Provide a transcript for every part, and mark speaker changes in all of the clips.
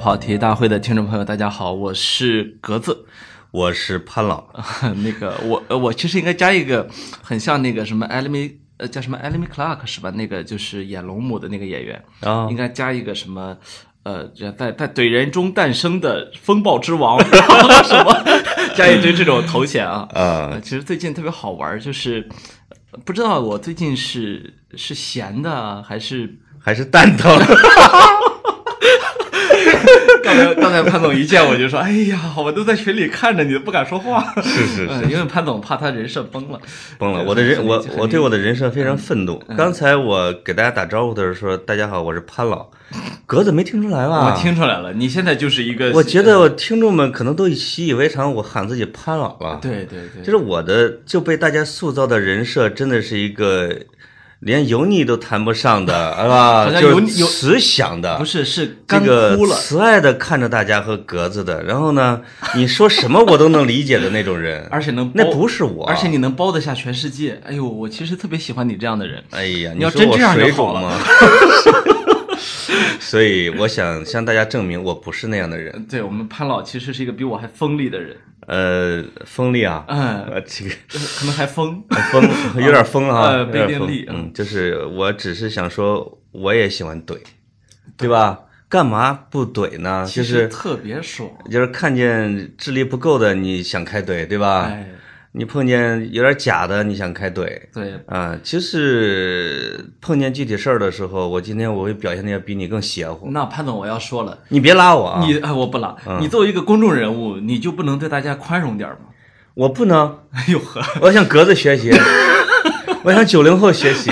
Speaker 1: 好题大会的听众朋友，大家好，我是格子。
Speaker 2: 我是潘老，
Speaker 1: 那个我呃我其实应该加一个很像那个什么 Elmi 呃叫什么 Elmi Clark 是吧？那个就是演龙母的那个演员，
Speaker 2: 啊
Speaker 1: 应该加一个什么呃在在怼人中诞生的风暴之王 什么， 加一堆这种头衔啊。
Speaker 2: 呃，
Speaker 1: 其实最近特别好玩儿，就是呃不知道我最近是是闲的啊还是
Speaker 2: 还是蛋疼。
Speaker 1: 刚才刚才潘总一见我就说，哎呀，我都在群里看着你，不敢说 话。
Speaker 2: 是是
Speaker 1: 嗯，因为潘总怕他人设崩了。
Speaker 2: 崩了，
Speaker 1: 对
Speaker 2: 我的人，
Speaker 1: 很
Speaker 2: 我
Speaker 1: 理解
Speaker 2: 我对我的人设非常愤怒。
Speaker 1: 嗯
Speaker 2: 刚才我给大家打招呼的时候说：“大家好，我是潘老。”格子没听出来吧？
Speaker 1: 嗯我，听出来了，你现在就是一个，
Speaker 2: 啊我觉得我听众们可能都习以为常，我喊自己潘老了。，
Speaker 1: 对对对，
Speaker 2: 就是我的就被大家塑造的人设真的是一个连油腻都谈不上 的，是吧？
Speaker 1: 好像油
Speaker 2: 就
Speaker 1: 腻
Speaker 2: 是
Speaker 1: 油
Speaker 2: 慈祥的，
Speaker 1: 不是是
Speaker 2: 这
Speaker 1: 干
Speaker 2: 个
Speaker 1: 枯了。
Speaker 2: 慈爱的看着大家和格子的，然后呢，你说什么我都能理解的那种人，
Speaker 1: 而且能包
Speaker 2: 那不是我，
Speaker 1: 而且你能包得下全世界，哎呦，我其实特别喜欢你这样的人。
Speaker 2: 哎呀，
Speaker 1: 你要
Speaker 2: 说
Speaker 1: 真
Speaker 2: 我
Speaker 1: 这样就
Speaker 2: 水
Speaker 1: 好
Speaker 2: 肿
Speaker 1: 了
Speaker 2: 吗？ 所以我想向大家证明我不是那样的人，
Speaker 1: 对我们潘老其实是一个比我还锋利的人，
Speaker 2: 呃，锋利啊，
Speaker 1: 嗯，
Speaker 2: 呃，这个
Speaker 1: 可能还疯。
Speaker 2: 锋有点疯了啊，
Speaker 1: 呃
Speaker 2: 有点
Speaker 1: 被电
Speaker 2: 疯
Speaker 1: 力嗯
Speaker 2: 嗯，就是我只是想说，我也喜欢怼，对吧？干嘛不怼呢？
Speaker 1: 其
Speaker 2: 就
Speaker 1: 实
Speaker 2: 是
Speaker 1: 特别爽。
Speaker 2: 就是看见智力不够的，你想开怼，对吧？
Speaker 1: 哎，
Speaker 2: 你碰见有点假的，你想开怼
Speaker 1: 对，
Speaker 2: 啊？其实碰见具体事儿的时候，我今天我会表现的要比你更邪乎。
Speaker 1: 那潘总我要说了，
Speaker 2: 你别拉我啊！
Speaker 1: 你哎我不拉，你作为一个公众人物，你就不能对大家宽容点儿吗？
Speaker 2: 我不能，
Speaker 1: 哎呦呵，
Speaker 2: 我向格 子学习，我向九零后学习，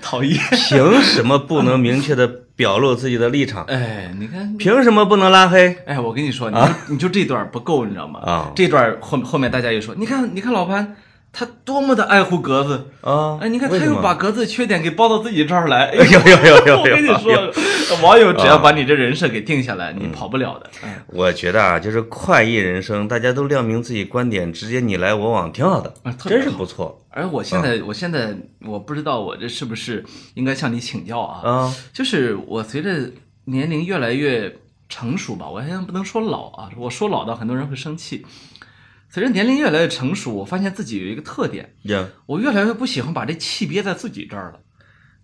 Speaker 1: 讨厌。
Speaker 2: 凭什么不能明确的表露自己的立场？
Speaker 1: 哎，你看，
Speaker 2: 凭什么不能拉黑？
Speaker 1: 哎，我跟你说，你就、你就这段不够，你知道吗？
Speaker 2: 啊
Speaker 1: 这段后后面大家又说，你看你看老潘，他多么的爱护格子，
Speaker 2: 啊！
Speaker 1: 哎，你看他
Speaker 2: 为什
Speaker 1: 又
Speaker 2: 么
Speaker 1: 把格子的缺点给包到自己这儿来。哎
Speaker 2: 哎
Speaker 1: 呦
Speaker 2: 呦呦呦呦！哎
Speaker 1: 我跟你
Speaker 2: 呦，呦啊
Speaker 1: 说，呃网友只要把你这人设给定下来，你跑不了的。嗯，
Speaker 2: 我觉得啊，就是快意人生，大家都亮明自己观点，直接你来我往，挺好的
Speaker 1: 啊，特别
Speaker 2: 真是不错
Speaker 1: 而我现
Speaker 2: 啊
Speaker 1: 在，我现在我不知道我这是不是应该向你请教啊？
Speaker 2: 啊！
Speaker 1: 就是我随着年龄越来越成熟吧，我现在不能说老啊，我说老的很多人会生气。随着年龄越来越成熟，我发现自己有一个特点，
Speaker 2: 呀，
Speaker 1: 我越来越不喜欢把这气憋在自己这儿了。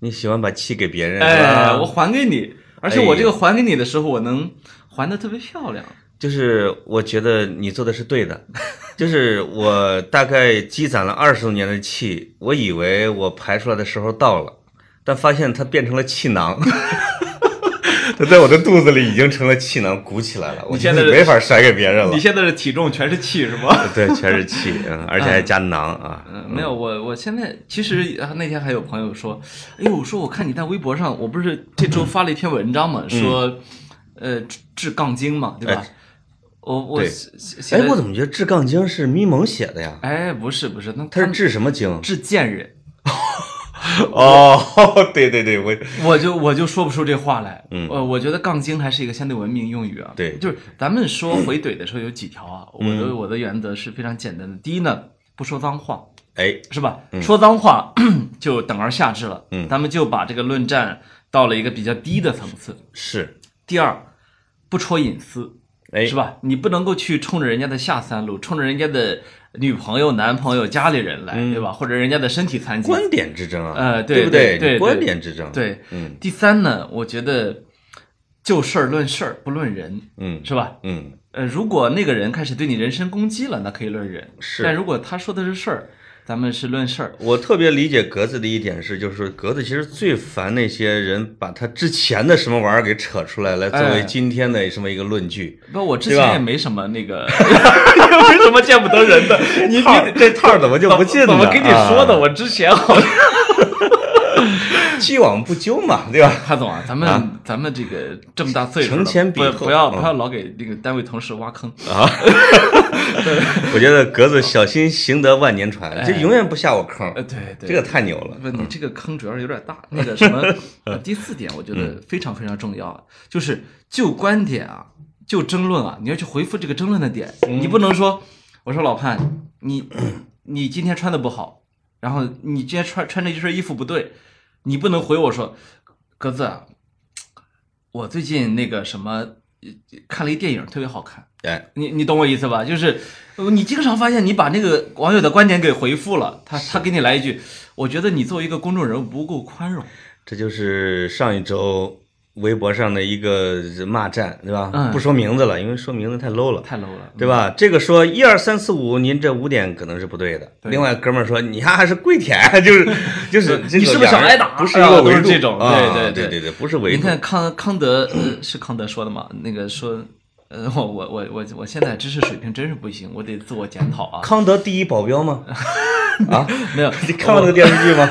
Speaker 2: 你喜欢把气给别人，是
Speaker 1: 哎，
Speaker 2: 吧
Speaker 1: 我还给你，而且我这个还给你的时候，我能还的特别漂亮。
Speaker 2: 就是我觉得你做的是对的， 就是我大概积攒了二十多年的气，我以为我排出来的时候到了，但发现它变成了气囊， 它在我的肚子里已经成了气囊，鼓起来了，我
Speaker 1: 你
Speaker 2: 觉
Speaker 1: 现在
Speaker 2: 得没法甩给别人了
Speaker 1: 你。现在的体重全是气是吗？
Speaker 2: 对，全是气， 嗯，而且还加囊啊。
Speaker 1: 嗯，没有，我我现在其实啊那天还有朋友说，哎呦，我说我看你在微博上，我不是这周发了一篇文章嘛，
Speaker 2: 嗯
Speaker 1: 说，呃，治治杠精嘛，对吧？我我
Speaker 2: 哎对
Speaker 1: 写写
Speaker 2: 哎，
Speaker 1: 的
Speaker 2: 我怎么觉得治杠精是咪蒙写的呀？
Speaker 1: 哎不是不是，那
Speaker 2: 他
Speaker 1: 他
Speaker 2: 是治什么 精？
Speaker 1: 治贱人，
Speaker 2: 哦，对对对，我
Speaker 1: 我就我就说不出这话来。
Speaker 2: 嗯
Speaker 1: 呃，我觉得杠精还是一个相对文明用语啊。
Speaker 2: 对嗯
Speaker 1: 就是咱们说回怼的时候有几条啊，我的我的原则是非常简单的。第一呢，不说脏话，
Speaker 2: 哎，
Speaker 1: 是吧？说脏话 就等而下之了。嗯，咱们就把这个论战到了一个比较低的层次。
Speaker 2: 是，
Speaker 1: 第二，不戳隐私，
Speaker 2: 哎，
Speaker 1: 是？吧？你不能够去冲着人家的下三路，冲着人家的女朋友、男朋友、家里人来，
Speaker 2: 嗯
Speaker 1: 对吧？或者人家的身体残疾，
Speaker 2: 观点之争啊，
Speaker 1: 嗯呃对
Speaker 2: 对不
Speaker 1: 对对对
Speaker 2: 观点之争，，
Speaker 1: 对，
Speaker 2: 嗯
Speaker 1: 第三呢，我觉得就事儿论事儿，不论人，
Speaker 2: 嗯
Speaker 1: 是吧？
Speaker 2: 嗯。
Speaker 1: 呃，如果那个人开始对你人身攻击了，那可以论人；
Speaker 2: 是
Speaker 1: 但如果他说的是事儿，咱们是论事儿。
Speaker 2: 我特别理解格子的一点是，就是格子其实最烦那些人把他之前的什么玩意儿给扯出来，来作
Speaker 1: 哎
Speaker 2: 为今天的什么一个论据。
Speaker 1: 不，我之
Speaker 2: 对
Speaker 1: 前
Speaker 2: 吧
Speaker 1: 也没什么那个，也 没什么见不得人的。你你
Speaker 2: 套这套儿怎么就不进呢？
Speaker 1: 怎么跟你说的？
Speaker 2: 啊？
Speaker 1: 我之前好像
Speaker 2: 既往不咎嘛，对 吧？
Speaker 1: 潘总啊，咱们、咱们这个这么大岁数了，
Speaker 2: 承前
Speaker 1: 不
Speaker 2: 启后
Speaker 1: 不要
Speaker 2: 嗯啊
Speaker 1: 不要老给那个单位同事挖坑。
Speaker 2: 我觉得格子小心行得万年船，就永远不下我坑
Speaker 1: 哎呃，，对对，
Speaker 2: 这个太牛了。
Speaker 1: 不，你这个坑主要是有点大。那个什么，呃第四点我觉得非常非常重要啊，就是就观点啊，就争论啊，你要去回复这个争论的点，你不能说，我说老潘，你你今天穿的不好，然后你今天穿穿这身衣服不对，你不能回我说，格子啊，我最近那个什么看了一电影，特别好看。
Speaker 2: 哎，
Speaker 1: 你你懂我意思吧？就是呃你经常发现，你把那个网友的观点给回复了，他他给你来一句，我觉得你作为一个公众人物不够宽容。
Speaker 2: 这就是上一周微博上的一个骂战，对吧？
Speaker 1: 嗯
Speaker 2: 不说名字了，因为说名字太 low 了。
Speaker 1: 太 low 了，
Speaker 2: 对吧？这个说一二三四五，您这五点可能是不对的。
Speaker 1: 对
Speaker 2: 另外哥们儿说，你还还是跪舔， 就是就是，
Speaker 1: 你
Speaker 2: 这个
Speaker 1: 是不是想
Speaker 2: 两人
Speaker 1: 挨打
Speaker 2: 不是一个维
Speaker 1: 啊都
Speaker 2: 度，
Speaker 1: 是这种
Speaker 2: 啊
Speaker 1: 对对
Speaker 2: 对
Speaker 1: 对
Speaker 2: 对对，不是维
Speaker 1: 你
Speaker 2: 度。
Speaker 1: 看康康德、呃、是康德说的嘛？那个说，呃，我我我我我现在知识水平真是不行，我得自我检讨 啊。
Speaker 2: 康德第一保镖 吗？啊，
Speaker 1: 没有，
Speaker 2: 你看过那个电视剧 吗？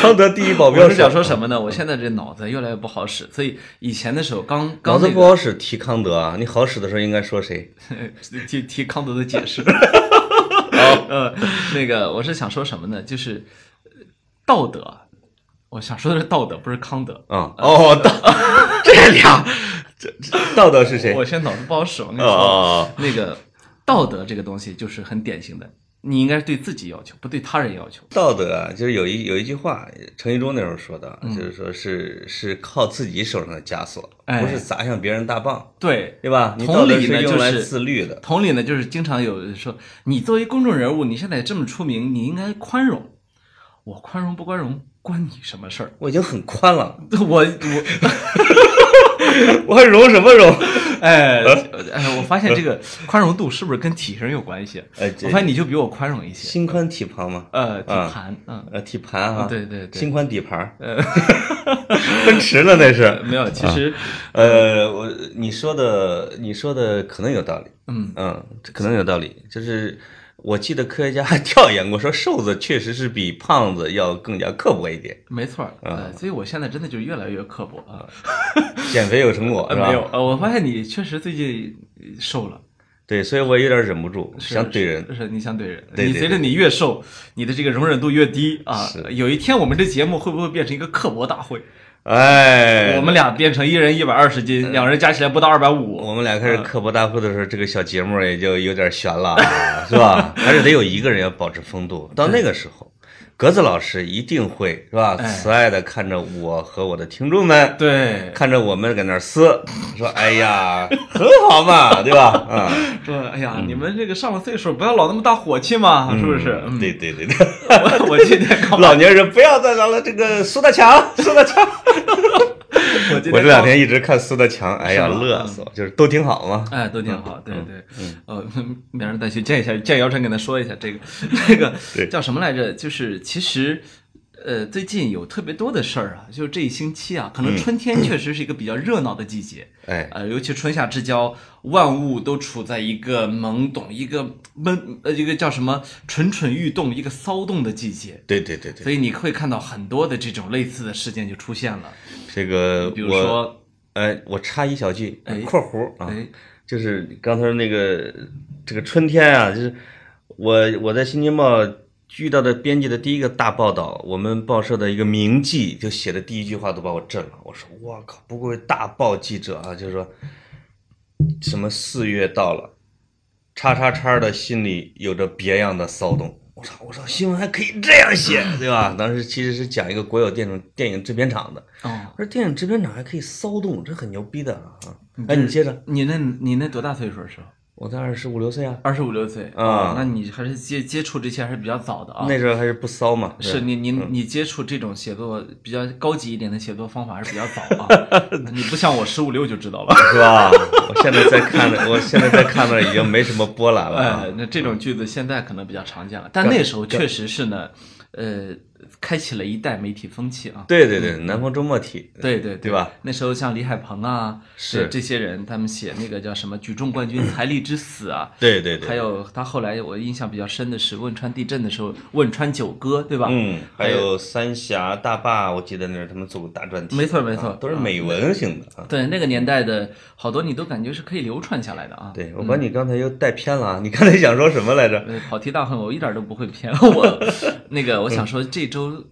Speaker 2: 康德第一保镖
Speaker 1: 我是想说什么呢？我现在这脑子越来越不好使，所以以前的时候刚
Speaker 2: 脑
Speaker 1: 刚
Speaker 2: 子
Speaker 1: 那
Speaker 2: 不
Speaker 1: 个
Speaker 2: 好使提康德啊，你好使的时候应该说谁？
Speaker 1: 提提康德的解释， 呃，那个我是想说什么呢？就是呃道德，我想说的是道德，不是康德。
Speaker 2: 啊、哦，道 这俩，这这道德是谁？
Speaker 1: 我
Speaker 2: 哦
Speaker 1: 现在脑子不好使，我跟你
Speaker 2: 哦
Speaker 1: 说。
Speaker 2: 哦，
Speaker 1: 那个道德这个东西就是很典型的，你应该是对自己要求，不对他人要求。
Speaker 2: 道德啊，就是有一有一句话，陈一中那时候说的，
Speaker 1: 嗯
Speaker 2: 就是说是是靠自己手上的枷锁，
Speaker 1: 哎
Speaker 2: 不是砸向别人大棒，
Speaker 1: 对，
Speaker 2: 对吧？你
Speaker 1: 同
Speaker 2: 道德
Speaker 1: 理呢
Speaker 2: 是用来
Speaker 1: 就是
Speaker 2: 自律的，
Speaker 1: 同理呢，就是经常有人说，你作为公众人物，你现在这么出名，你应该宽容。我宽容不宽容，关你什么事儿？
Speaker 2: 我已经很宽了，
Speaker 1: 我我
Speaker 2: 我还容什么容？
Speaker 1: 哎
Speaker 2: 呃
Speaker 1: 哎，我发现这个宽容度是不是跟体型有关系？
Speaker 2: 哎，这
Speaker 1: 我发现你就比我宽容一些。
Speaker 2: 心宽体胖吗？
Speaker 1: 呃，体
Speaker 2: 啊
Speaker 1: 盘，嗯，
Speaker 2: 呃，体盘啊，
Speaker 1: 对对对
Speaker 2: 心宽底 盘，呃， 奔驰了那是。
Speaker 1: 没有，其实
Speaker 2: 呃，我你说的，你说的可能有道理，
Speaker 1: 嗯
Speaker 2: 嗯，这可能有道理。就是我记得科学家 还调研过，说瘦子确实是比胖子要更加刻薄一点，
Speaker 1: 没错
Speaker 2: 啊
Speaker 1: 儿，呃，所以我现在真的就越来越刻薄啊。
Speaker 2: 减肥有成果，
Speaker 1: 呃
Speaker 2: 是吧？
Speaker 1: 没有，，呃，我发现你确实最近呃瘦了。
Speaker 2: 对，所以我有点忍不住
Speaker 1: 是
Speaker 2: 想怼人。
Speaker 1: 是是你想怼人，
Speaker 2: 对
Speaker 1: 你
Speaker 2: 对
Speaker 1: 随着
Speaker 2: 对
Speaker 1: 你越瘦，你的这个容忍度越低啊。有一天我们这节目会不会变成一个刻薄大会？
Speaker 2: 哎，
Speaker 1: 我们俩变成一人一百二十斤，两人加起来不到二百五。
Speaker 2: 我们俩开
Speaker 1: 嗯
Speaker 2: 始刻薄大会的时候，这个小节目也就有点悬了啊，是吧？还是得有一个人要保持风度。到那个时候，格子老师一定会是吧？
Speaker 1: 哎
Speaker 2: 慈爱的看着我和我的听众们，
Speaker 1: 对，
Speaker 2: 看着我们搁那儿撕，说：“哎呀，很好嘛，对吧？”啊、
Speaker 1: 说哎呀，你们这个上了岁数，不要老那么大火气嘛，是不 是？嗯，
Speaker 2: 对对对对，
Speaker 1: 我我今天刚，
Speaker 2: 老年人不要再拿了这个苏大 强，苏大强。
Speaker 1: 我今
Speaker 2: 我
Speaker 1: 天
Speaker 2: 这两
Speaker 1: 刚
Speaker 2: 天一直看苏大强，哎呀，
Speaker 1: 是吗
Speaker 2: 乐死我，就是都挺好嘛。
Speaker 1: 哎，都挺好，对
Speaker 2: 嗯
Speaker 1: 对，呃， 明儿再去见一下，见姚晨跟他说一下这个 这个
Speaker 2: 对
Speaker 1: 叫什么来着？就是其实。呃，最近有特别多的事儿啊，就是这一星期啊，可能春天确实是一个比较热闹的季节，
Speaker 2: 哎，
Speaker 1: 呃，尤其春夏之交，万物都处在一个懵懂、一个闷呃，一个叫什么蠢蠢欲动、一个骚动的季节，
Speaker 2: 对对对对，
Speaker 1: 所以你会看到很多的这种类似的事件就出现了，
Speaker 2: 这个
Speaker 1: 比如
Speaker 2: 我
Speaker 1: 说，
Speaker 2: 呃，我插一小句
Speaker 1: 哎，
Speaker 2: 括弧啊，
Speaker 1: 哎，
Speaker 2: 就是刚才那个这个春天啊，就是我我在新京报遇到的编辑的第一个大报道，我们报社的一个名记就写的第一句话都把我震了。我说我靠，不愧大报记者啊，就是说什么四月到了，叉叉叉的心里有着别样的骚动。我操！我操，新闻还可以这样写，对吧？当时其实是讲一个国有电影电影制片厂的，
Speaker 1: 哦，
Speaker 2: 我说电影制片厂还可以骚动，这很牛逼的啊！哎，你接着。
Speaker 1: 你那你那多大岁数的时候？
Speaker 2: 我才二十五六岁啊，
Speaker 1: 二十五六岁哦
Speaker 2: 啊
Speaker 1: 那你还是接接触这些还是比较早的啊。
Speaker 2: 那时嗯候还是不骚嘛。对
Speaker 1: 是你你你接触这种写作比较高级一点的写作方法还是比较 早啊，你不像我十五六就知道了。
Speaker 2: 是吧？ 我现在在看的，我现在在看的已经没什么波澜了啊
Speaker 1: 哎。，那这种句子现在可能比较常见了，但那时候确实是呢，呃，开启了一代媒体风气啊。
Speaker 2: 对对对，南方周末体，
Speaker 1: 对对
Speaker 2: 对吧？
Speaker 1: 那时候像李海鹏啊，
Speaker 2: 是
Speaker 1: 这这些人，他们写那个叫什么“举重冠军财力之死”啊，
Speaker 2: 对对对，
Speaker 1: 还有他后来我印象比较深的是汶川地震的时候，汶川九歌，对吧？
Speaker 2: 嗯，还有三峡大坝，我记得那是他们做过大专题，
Speaker 1: 没错没错
Speaker 2: 啊都是美文型的啊。
Speaker 1: 对，那个年代的好多你都感觉是可以流传下来的啊。
Speaker 2: 对，我把你刚才又带偏了啊！你刚才想说什么来着？
Speaker 1: 呃，跑题大亨，我一点都不会偏。 我 那个，我想说这周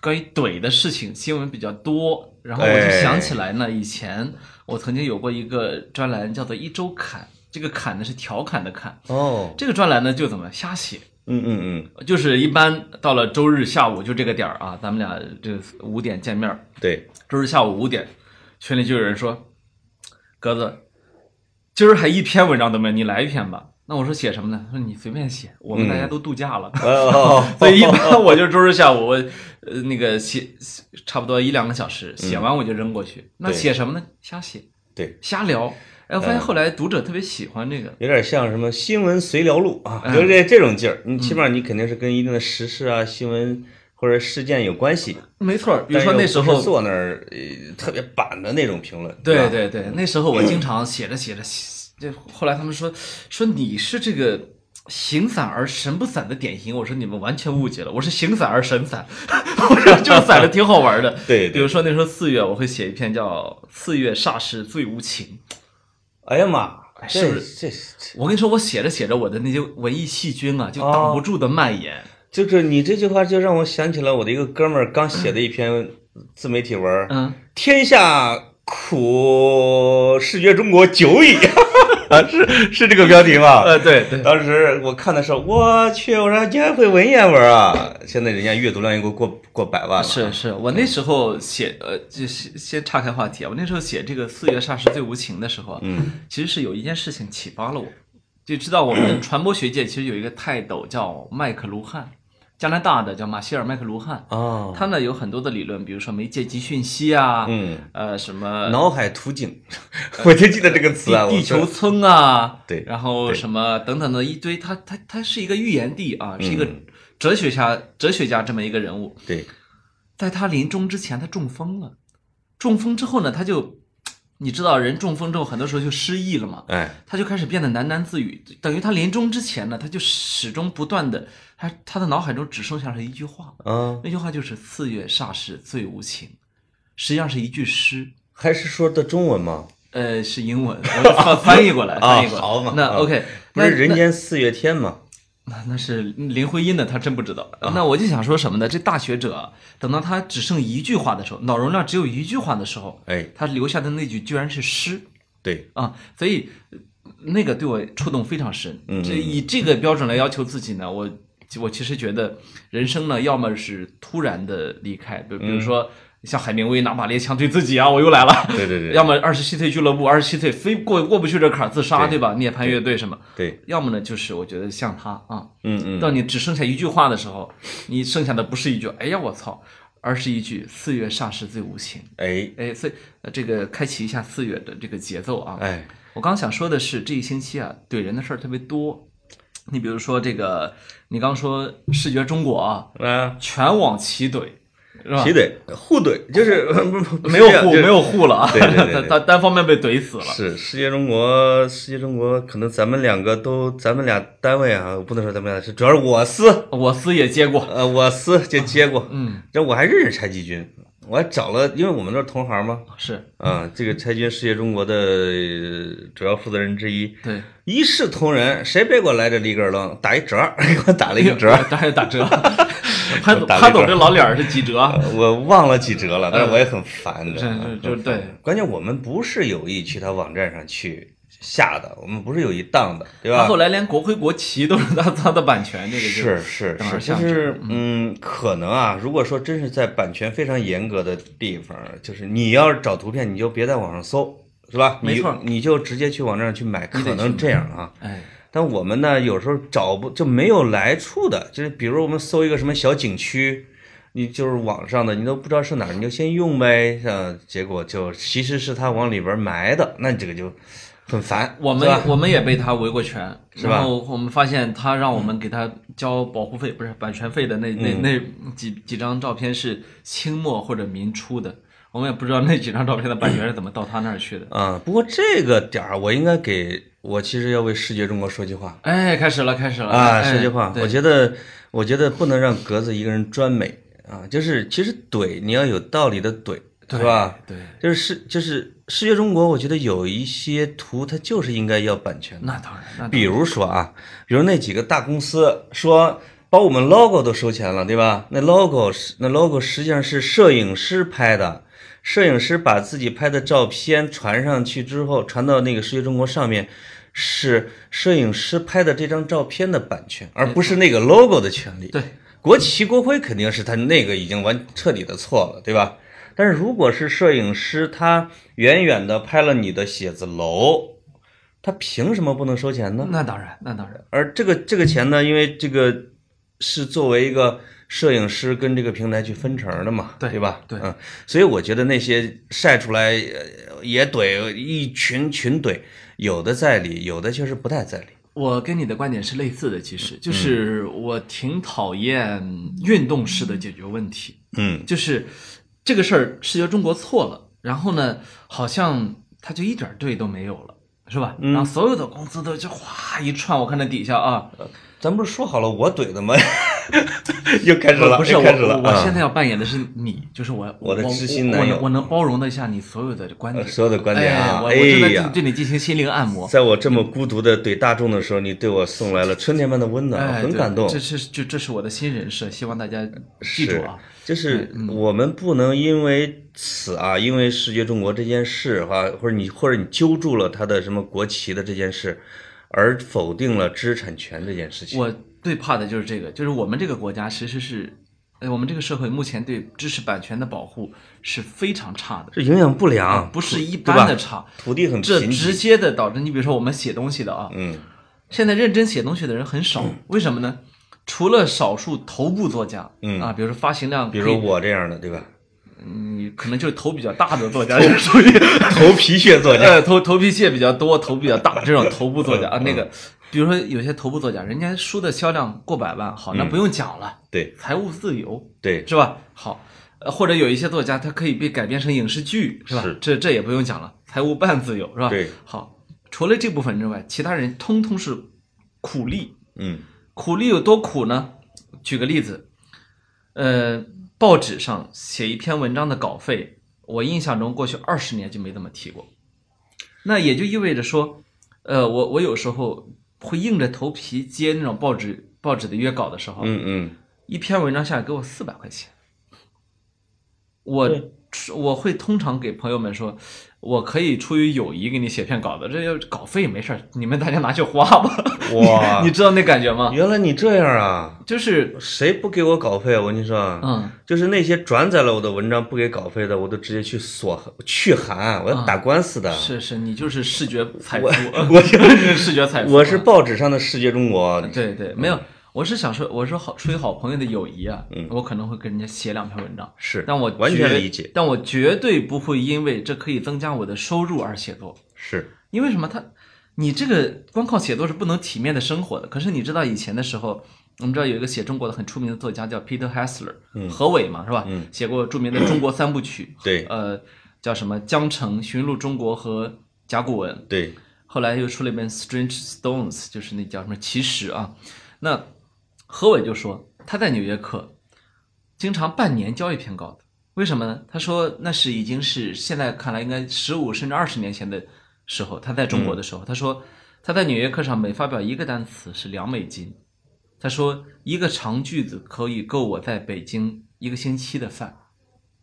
Speaker 1: 关于怼的事情新闻比较多，然后我就想起来呢，以前我曾经有过一个专栏叫做《一周侃》，这个侃呢是调侃的侃。
Speaker 2: 哦，
Speaker 1: 这个专栏呢就怎么瞎写，
Speaker 2: 嗯嗯
Speaker 1: 就是一般到了周日下午就这个点儿啊，咱们俩这五点见面儿，
Speaker 2: 嗯，对，
Speaker 1: 周日下午五点，群里就有人说，鸽子，今儿还一篇文章都没有，你来一篇吧。那我说写什么呢？他说你随便写，我们大家都度假了，
Speaker 2: 哦，
Speaker 1: 所以一般我就周日下午我呃那个写差不多一两个小时，写完我就扔过去。那
Speaker 2: 对
Speaker 1: 写什么呢？瞎写，
Speaker 2: 对，
Speaker 1: 瞎聊。哎，我发现后来读者特别喜欢这个，
Speaker 2: 有点像什么新闻随聊录啊，
Speaker 1: 嗯
Speaker 2: 就是这这种劲儿。你起码你肯定是跟一定的时事啊、新闻或者事件有关系。
Speaker 1: 没错儿。比如说那
Speaker 2: 但是
Speaker 1: 时
Speaker 2: 又不是
Speaker 1: 候，
Speaker 2: 坐那儿呃特别板的那种评论，
Speaker 1: 对
Speaker 2: 吧，
Speaker 1: 对对，那时候我经常写着写着， 写这后来他们说说你是这个。形散而神不散的典型，我说你们完全误解了，我是形散而神散， 我说就是散的挺好玩的。
Speaker 2: 对
Speaker 1: 比
Speaker 2: 对。
Speaker 1: 如说那时候四月，我会写一篇叫《四月煞是最无情
Speaker 2: 哎呀妈，
Speaker 1: 是
Speaker 2: 这
Speaker 1: 不
Speaker 2: 这这》。
Speaker 1: 我跟你说，我写着写着，我的那些文艺细菌啊，就挡不住的蔓延。
Speaker 2: 就是你这句话就让我想起来我的一个哥们儿刚写的一篇自媒体文儿，
Speaker 1: 嗯，
Speaker 2: 天下苦，视觉中国久矣， 啊是是这个标题吗？
Speaker 1: 呃，对对，
Speaker 2: 当时我看的时候，我去，我说你还会文言文啊！现在人家阅读量又过过百万了，
Speaker 1: 是是，我那时候写呃，就是先岔开话题啊，我那时候写这个《四月煞是最无情》的时候，啊
Speaker 2: 嗯，
Speaker 1: 其实是有一件事情启发了我，就知道我们 传播学界其实有一个泰斗叫麦克卢汉，加拿大的叫马歇尔麦克卢汉，
Speaker 2: 哦，
Speaker 1: 他呢有很多的理论，比如说媒介及讯息啊，
Speaker 2: 嗯，
Speaker 1: 呃什么
Speaker 2: 脑海图景， 我就记得这个词啊，
Speaker 1: 地地
Speaker 2: 我
Speaker 1: 球
Speaker 2: 说
Speaker 1: 村啊，
Speaker 2: 对
Speaker 1: 然后
Speaker 2: 对
Speaker 1: 什么等等的一堆，他他他是一个预言帝啊，是一个
Speaker 2: 嗯
Speaker 1: 哲学家、哲学家这么一个人物。
Speaker 2: 对，
Speaker 1: 在他临终之前，他中风了，中风之后呢，他就，你知道人中风之后，很多时候就失忆了嘛，
Speaker 2: 哎，
Speaker 1: 他就开始变得喃喃自语，等于他临终之前呢，他就始终不断的，他他的脑海中只剩下了一句话，
Speaker 2: 啊，
Speaker 1: 那句话就是“四月煞是最无情”，实际上是一句诗。
Speaker 2: 还是说的中文吗？
Speaker 1: 呃，是英文，我 就翻翻译过来，翻译过来。
Speaker 2: 好嘛
Speaker 1: 那
Speaker 2: 啊
Speaker 1: OK，
Speaker 2: 不
Speaker 1: 那
Speaker 2: 是人间四月天吗？
Speaker 1: 那那是林徽因的，他真不知道。
Speaker 2: 啊
Speaker 1: 那我就想说什么呢？这大学者啊等到他只剩一句话的时候，脑容量只有一句话的时候，
Speaker 2: 哎，
Speaker 1: 他留下的那句居然是诗
Speaker 2: 对，
Speaker 1: 啊！所以呃那个对我触动非常深。
Speaker 2: 嗯
Speaker 1: 这以这个标准来要求自己呢，我我其实觉得人生呢，要么是突然的离开，比比如
Speaker 2: 嗯
Speaker 1: 说像海明威拿把猎枪对自己啊，我又来了。
Speaker 2: 对对
Speaker 1: 要
Speaker 2: 对，
Speaker 1: 么二十七岁俱乐部，二十七岁非过过不去这坎儿自杀，
Speaker 2: 对
Speaker 1: 对吧？涅槃乐队什么？
Speaker 2: 对，
Speaker 1: 要么呢，就是我觉得像他啊，
Speaker 2: 嗯嗯，
Speaker 1: 当你只剩下一句话的时候，你剩下的不是一句“哎呀我操”，而是一句“四月煞是最无情
Speaker 2: 哎”。
Speaker 1: 哎，所以呃这个开启一下四月的这个节奏啊。
Speaker 2: 哎，
Speaker 1: 我刚想说的是，这一星期啊，怼人的事儿特别多。你比如说这个，你刚说视觉中国啊，
Speaker 2: 啊，
Speaker 1: 全网齐怼，是吧？
Speaker 2: 齐怼互怼，就是 不不
Speaker 1: 哦没有
Speaker 2: 不
Speaker 1: 户，
Speaker 2: 是
Speaker 1: 没有户了啊！
Speaker 2: 对对 对对
Speaker 1: 他单方面被怼死了。
Speaker 2: 是世界中国，世界中国，可能咱们两个都，咱们俩单位啊，我不能说咱们俩是，主要是我司，
Speaker 1: 我司也接过，
Speaker 2: 呃，我司就接过，
Speaker 1: 嗯，
Speaker 2: 这我还认识柴继军，我还找了，因为我们都是同行嘛，
Speaker 1: 是
Speaker 2: 啊，这个柴军世界中国的呃主要负责人之一，
Speaker 1: 对，
Speaker 2: 一视同仁，谁别给我来这里个儿楞，打一折儿， 给我打了一个折儿，
Speaker 1: 当然打 折。潘总，
Speaker 2: 打了一
Speaker 1: 潘
Speaker 2: 折
Speaker 1: 总这老脸儿是几折？啊
Speaker 2: 我忘了几折了，但是我也很烦的，
Speaker 1: 这这这对，
Speaker 2: 关键我们不是有意去他网站上去下的，我们不是有意当的，对吧
Speaker 1: 他后？来连国徽国旗都是他他的版权，这个就是
Speaker 2: 是
Speaker 1: 等会
Speaker 2: 是，
Speaker 1: 儿
Speaker 2: 就
Speaker 1: 像
Speaker 2: 是嗯，可能啊，如果说真是在版权非常严格的地方，就是你要是找图片，你就别在网上搜，是吧？
Speaker 1: 没
Speaker 2: 你
Speaker 1: 错
Speaker 2: 你就直接去网站上去买，可
Speaker 1: 你得去
Speaker 2: 能这样啊。
Speaker 1: 哎，
Speaker 2: 但我们呢，有时候找不就没有来处的，就是比如我们搜一个什么小景区，你就是网上的，你都不知道是哪儿，你就先用呗，呃，结果就其实是他往里边埋的，那你这个就很烦，
Speaker 1: 我
Speaker 2: 是吧
Speaker 1: 们我们也被他围过权，
Speaker 2: 是吧
Speaker 1: 然后我们发现他让我们给他交保护费，不是版权费的那
Speaker 2: 嗯
Speaker 1: 那那几几张照片是清末或者民初的，我们也不知道那几张照片的版权是怎么到他那儿去的。
Speaker 2: 啊、不过这个点儿我应该给我其实要为视觉中国说句话
Speaker 1: 哎，开始了，开始了
Speaker 2: 啊，
Speaker 1: 哎
Speaker 2: 说句话，
Speaker 1: 对
Speaker 2: 我觉得我觉得不能让格子一个人专美啊，就是其实怼你要有道理的怼，
Speaker 1: 对
Speaker 2: 是吧？？
Speaker 1: 对，
Speaker 2: 就是视就是视觉中国，我觉得有一些图它就是应该要版权的，
Speaker 1: 那当然，那当然
Speaker 2: 比如说啊，比如那几个大公司说把我们 logo 都收钱了，对吧？那 logo 是那 logo 实际上是摄影师拍的，摄影师把自己拍的照片传上去之后，传到那个视觉中国上面。是摄影师拍的这张照片的版权，而不是那个 logo 的权利。
Speaker 1: 对，
Speaker 2: 国旗、国徽肯定是他那个已经完彻底的错了，对吧？但是如果是摄影师，他远远的拍了你的写字楼，他凭什么不能收钱呢？
Speaker 1: 那当然，那当然，
Speaker 2: 而这个这个钱呢，因为这个是作为一个摄影师跟这个平台去分成的嘛，
Speaker 1: 对
Speaker 2: 吧？
Speaker 1: 对
Speaker 2: 嗯，所以我觉得那些晒出来呃也怼一群群怼，有的在理，有的确实不太在理。
Speaker 1: 我跟你的观点是类似的，其实
Speaker 2: 嗯
Speaker 1: 就是我挺讨厌运动式的解决问题，
Speaker 2: 嗯
Speaker 1: 就是这个事儿是由中国错了，然后呢，好像他就一点儿对都没有了，是吧？
Speaker 2: 嗯
Speaker 1: 然后所有的工资都就哗一串，我看那底下啊，
Speaker 2: 咱不是说好了我怼的吗？ 又开始了，
Speaker 1: 不是
Speaker 2: 又
Speaker 1: 我
Speaker 2: 开始了。
Speaker 1: 我
Speaker 2: 啊
Speaker 1: 现在要扮演的是你，就是我，
Speaker 2: 我的知心
Speaker 1: 我
Speaker 2: 男友
Speaker 1: 我能我能包容得下你所有的观点，
Speaker 2: 所有的观点啊
Speaker 1: 哎我我
Speaker 2: 哎
Speaker 1: 正
Speaker 2: 呀
Speaker 1: 在对你进行心灵按摩，
Speaker 2: 在我这么孤独的怼大众的时候，你对我送来了春天般的温暖，我
Speaker 1: 哎，
Speaker 2: 很
Speaker 1: 对
Speaker 2: 感动。
Speaker 1: 这是就这是我的新人设，希望大家记住啊。
Speaker 2: 就是我们不能因为此啊，因为视觉中国这件事哈、或者你或者你揪住了他的什么国旗的这件事，而否定了知识产权这件事情。
Speaker 1: 我最怕的就是这个，就是我们这个国家其实是，呃，我们这个社会目前对知识版权的保护是非常差的，
Speaker 2: 这营养不良，
Speaker 1: 不是一
Speaker 2: 对
Speaker 1: 般
Speaker 2: 吧
Speaker 1: 的差，
Speaker 2: 土地很
Speaker 1: 这
Speaker 2: 贫
Speaker 1: 直
Speaker 2: 瘠。
Speaker 1: 接的导致你比如说我们写东西的啊，
Speaker 2: 嗯，
Speaker 1: 现在认真写东西的人很少，为什么呢？除了少数头部作家，
Speaker 2: 嗯
Speaker 1: 啊，比如说发行量可
Speaker 2: 比
Speaker 1: 以，
Speaker 2: 如我这样的，对吧？
Speaker 1: 你可能就是头比较大的作家，就是属于
Speaker 2: 头皮屑作家，
Speaker 1: 呃，头头皮屑比较多，头比较大，这种头部作
Speaker 2: 嗯
Speaker 1: 家啊，那个，比如说有些头部作家，人家书的销量过百万，好，
Speaker 2: 嗯
Speaker 1: 那不用讲了，
Speaker 2: 对
Speaker 1: 财务自由
Speaker 2: 对，
Speaker 1: 是吧？好，呃或者有一些作家，他可以被改编成影视剧，是吧？
Speaker 2: 是
Speaker 1: 这这也不用讲了，财务半自由是吧？
Speaker 2: 对，
Speaker 1: 好，除了这部分之外，其他人通通是苦力，
Speaker 2: 嗯
Speaker 1: 苦力有多苦呢？举个例子，呃，报纸上写一篇文章的稿费，我印象中过去二十年就没这么提过。那也就意味着说，呃，我我有时候会硬着头皮接那种报纸报纸的约稿的时候，
Speaker 2: 嗯嗯，
Speaker 1: 一篇文章下来给我四百块钱，我我会通常给朋友们说，我可以出于友谊给你写篇稿子，这要稿费没事儿，你们大家拿去花 吧。
Speaker 2: 哇
Speaker 1: 你，知道那感觉吗？
Speaker 2: 原来你这样啊？
Speaker 1: 就是，
Speaker 2: 谁不给我稿费啊？我跟你说啊，
Speaker 1: 嗯，
Speaker 2: 就是那些转载了我的文章不给稿费的，我都直接去索去函，我要打官司的。
Speaker 1: 嗯是是，你就是视觉财富，嗯
Speaker 2: 我
Speaker 1: 是视觉财富，啊
Speaker 2: 我是报纸上的视觉中国，
Speaker 1: 对对，没有，我是想说，我说好出于好朋友的友谊啊，我可能会跟人家写两篇文章，
Speaker 2: 是，
Speaker 1: 但我
Speaker 2: 嗯完全
Speaker 1: 绝
Speaker 2: 理解，，
Speaker 1: 但我绝对不会因为这可以增加我的收入而写作，
Speaker 2: 是
Speaker 1: 因为什么他？你这个光靠写作是不能体面的生活的。可是你知道以前的时候，我们知道有一个写中国的很出名的作家叫 Peter Hessler，、何伟嘛，是吧？写过著名的《中国三部曲》
Speaker 2: 对
Speaker 1: 呃，叫什么《江城》《寻路中国》和《甲骨文》。
Speaker 2: 对，
Speaker 1: 后来又出了一本《Strange Stones》，就是那叫什么奇石啊。那何伟就说他在纽约客经常半年交一篇稿子，为什么呢？他说那是已经是现在看来应该十五甚至二十年前的时候，他在中国的时候，他说他在纽约客上每发表一个单词是两美金，他说一个长句子可以够我在北京一个星期的饭。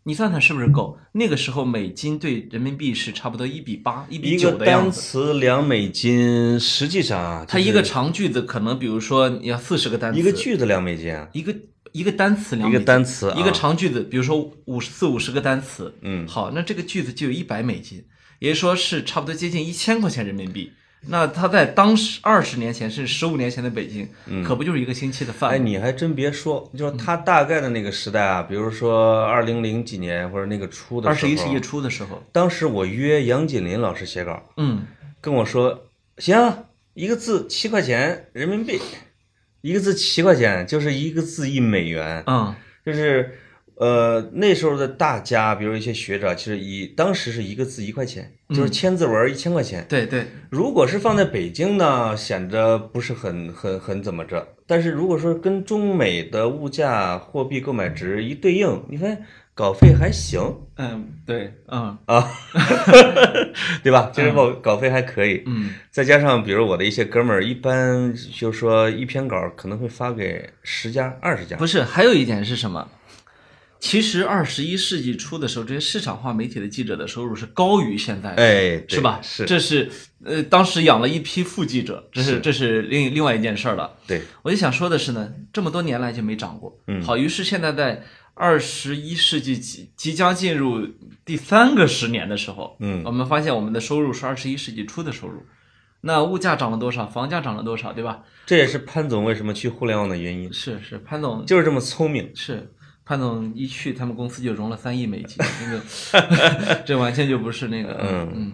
Speaker 1: 你算算是不是够？那个时候美金对人民币是差不多一比八、一比
Speaker 2: 一
Speaker 1: 九
Speaker 2: 个
Speaker 1: 的样
Speaker 2: 单
Speaker 1: 子。
Speaker 2: 词两美金，实际上啊，
Speaker 1: 它一个长句子可能，比如说你要四十个单词，
Speaker 2: 一个句子两美金啊，
Speaker 1: 一个一个单词两
Speaker 2: 一
Speaker 1: 美
Speaker 2: 个
Speaker 1: 金
Speaker 2: 单词啊
Speaker 1: 一个长句子，比如说五十四五十个单词，嗯，好，那这个句子就有一百美金，也就是说是差不多接近一千块钱人民币。那他在当时二十年前甚至十五年前的北京，可不就是一个星期的饭吗？
Speaker 2: 嗯哎，你还真别说，就是他大概的那个时代啊，比如说二零零几年或者那个初的
Speaker 1: 二
Speaker 2: 时
Speaker 1: 十
Speaker 2: 候，
Speaker 1: 一世纪初的时候，
Speaker 2: 当时我约杨锦麟老师写稿，
Speaker 1: 嗯，
Speaker 2: 跟我说，行啊，一个字七块钱人民币，一个字七块钱，就是一个字一美元，
Speaker 1: 嗯，
Speaker 2: 就是呃那时候的大家，比如一些学者，其实一当时是一个字一块钱，
Speaker 1: 嗯
Speaker 2: 就是千字文儿一千块钱。
Speaker 1: 对对，
Speaker 2: 如果是放在北京呢，显得不是很很很怎么着，但是如果说跟中美的物价、货币购买值一对应，你发现稿费还行。
Speaker 1: 嗯对，嗯
Speaker 2: 啊，对吧？就是稿稿费还可以，
Speaker 1: 嗯，
Speaker 2: 再加上比如我的一些哥们儿，一般就说一篇稿可能会发给十家、二十家。
Speaker 1: 不是，还有一点是什么？其实二十一世纪初的时候，这些市场化媒体的记者的收入是高于现在的。
Speaker 2: 哎，对
Speaker 1: 是吧？
Speaker 2: 是，
Speaker 1: 这是呃，当时养了一批副记者，这是
Speaker 2: 是
Speaker 1: 这是另另外一件事儿了。
Speaker 2: 对，
Speaker 1: 我就想说的是呢，这么多年来就没涨过。嗯，好，于是现在在二十一世纪即即将进入第三个十年的时候，
Speaker 2: 嗯
Speaker 1: 哦我们发现我们的收入是二十一世纪初的收入，那物价涨了多少，房价涨了多少，对吧？
Speaker 2: 这也是潘总为什么去互联网的原因，
Speaker 1: 是是，潘总
Speaker 2: 就是这么聪明。
Speaker 1: 是潘总一去，他们公司就融了三亿美金，那个 这完全就不是那个
Speaker 2: 嗯
Speaker 1: 嗯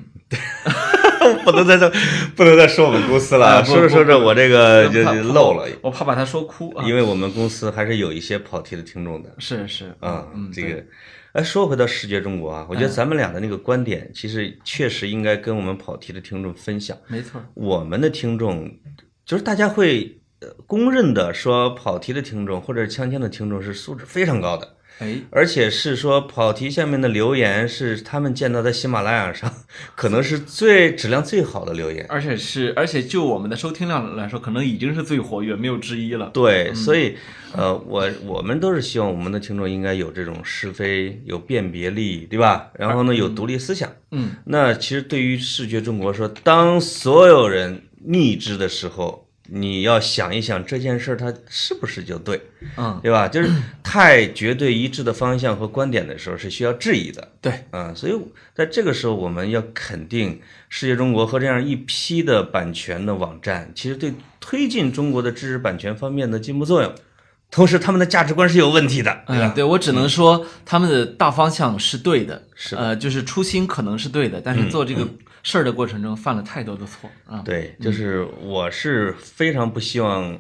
Speaker 2: 不能再说，不能再说我们公司了，
Speaker 1: 啊不
Speaker 2: 说着说着
Speaker 1: 不不
Speaker 2: 我这个
Speaker 1: 嗯，
Speaker 2: 就
Speaker 1: 怕
Speaker 2: 就漏了，
Speaker 1: 我怕把他说哭啊。
Speaker 2: 因为我们公司还是有一些跑题的听众的。
Speaker 1: 是是
Speaker 2: 啊，
Speaker 1: 嗯，
Speaker 2: 这
Speaker 1: 对嗯
Speaker 2: 个，哎，说回到视觉中国啊，我觉得咱们俩的那个观点，其实确实应该跟我们跑题的听众分享。
Speaker 1: 没错，
Speaker 2: 我们的听众，就是大家会呃公认的说，跑题的听众或者锵锵的听众是素质非常高的，
Speaker 1: 哎，
Speaker 2: 而且是说跑题下面的留言是他们见到在喜马拉雅上 可能是最质量最好的留言。
Speaker 1: 而且是而且就我们的收听量来说，可能已经是最活跃，没有之一了。
Speaker 2: 对，所以，呃，我我们都是希望我们的听众应该有这种是非，有辨别力，对吧？然后呢，有独立思想。
Speaker 1: 嗯，
Speaker 2: 那其实对于视觉中国说，当所有人逆之的时候，你要想一想这件事儿它是不是就对，
Speaker 1: 嗯，
Speaker 2: 对吧？就是太绝对一致的方向和观点的时候是需要质疑的。
Speaker 1: 对，
Speaker 2: 啊、所以在这个时候，我们要肯定视觉中国和这样一批的版权的网站，其实对推进中国的知识版权方面的进步作用，同时他们的价值观是有问题的，对吧？
Speaker 1: 嗯，对我只能说他们的大方向是对的，嗯
Speaker 2: 是
Speaker 1: 呃，就是初心可能是对的，但是做这个事儿的过程中犯了太多的错啊。
Speaker 2: 对，就是我是非常不希望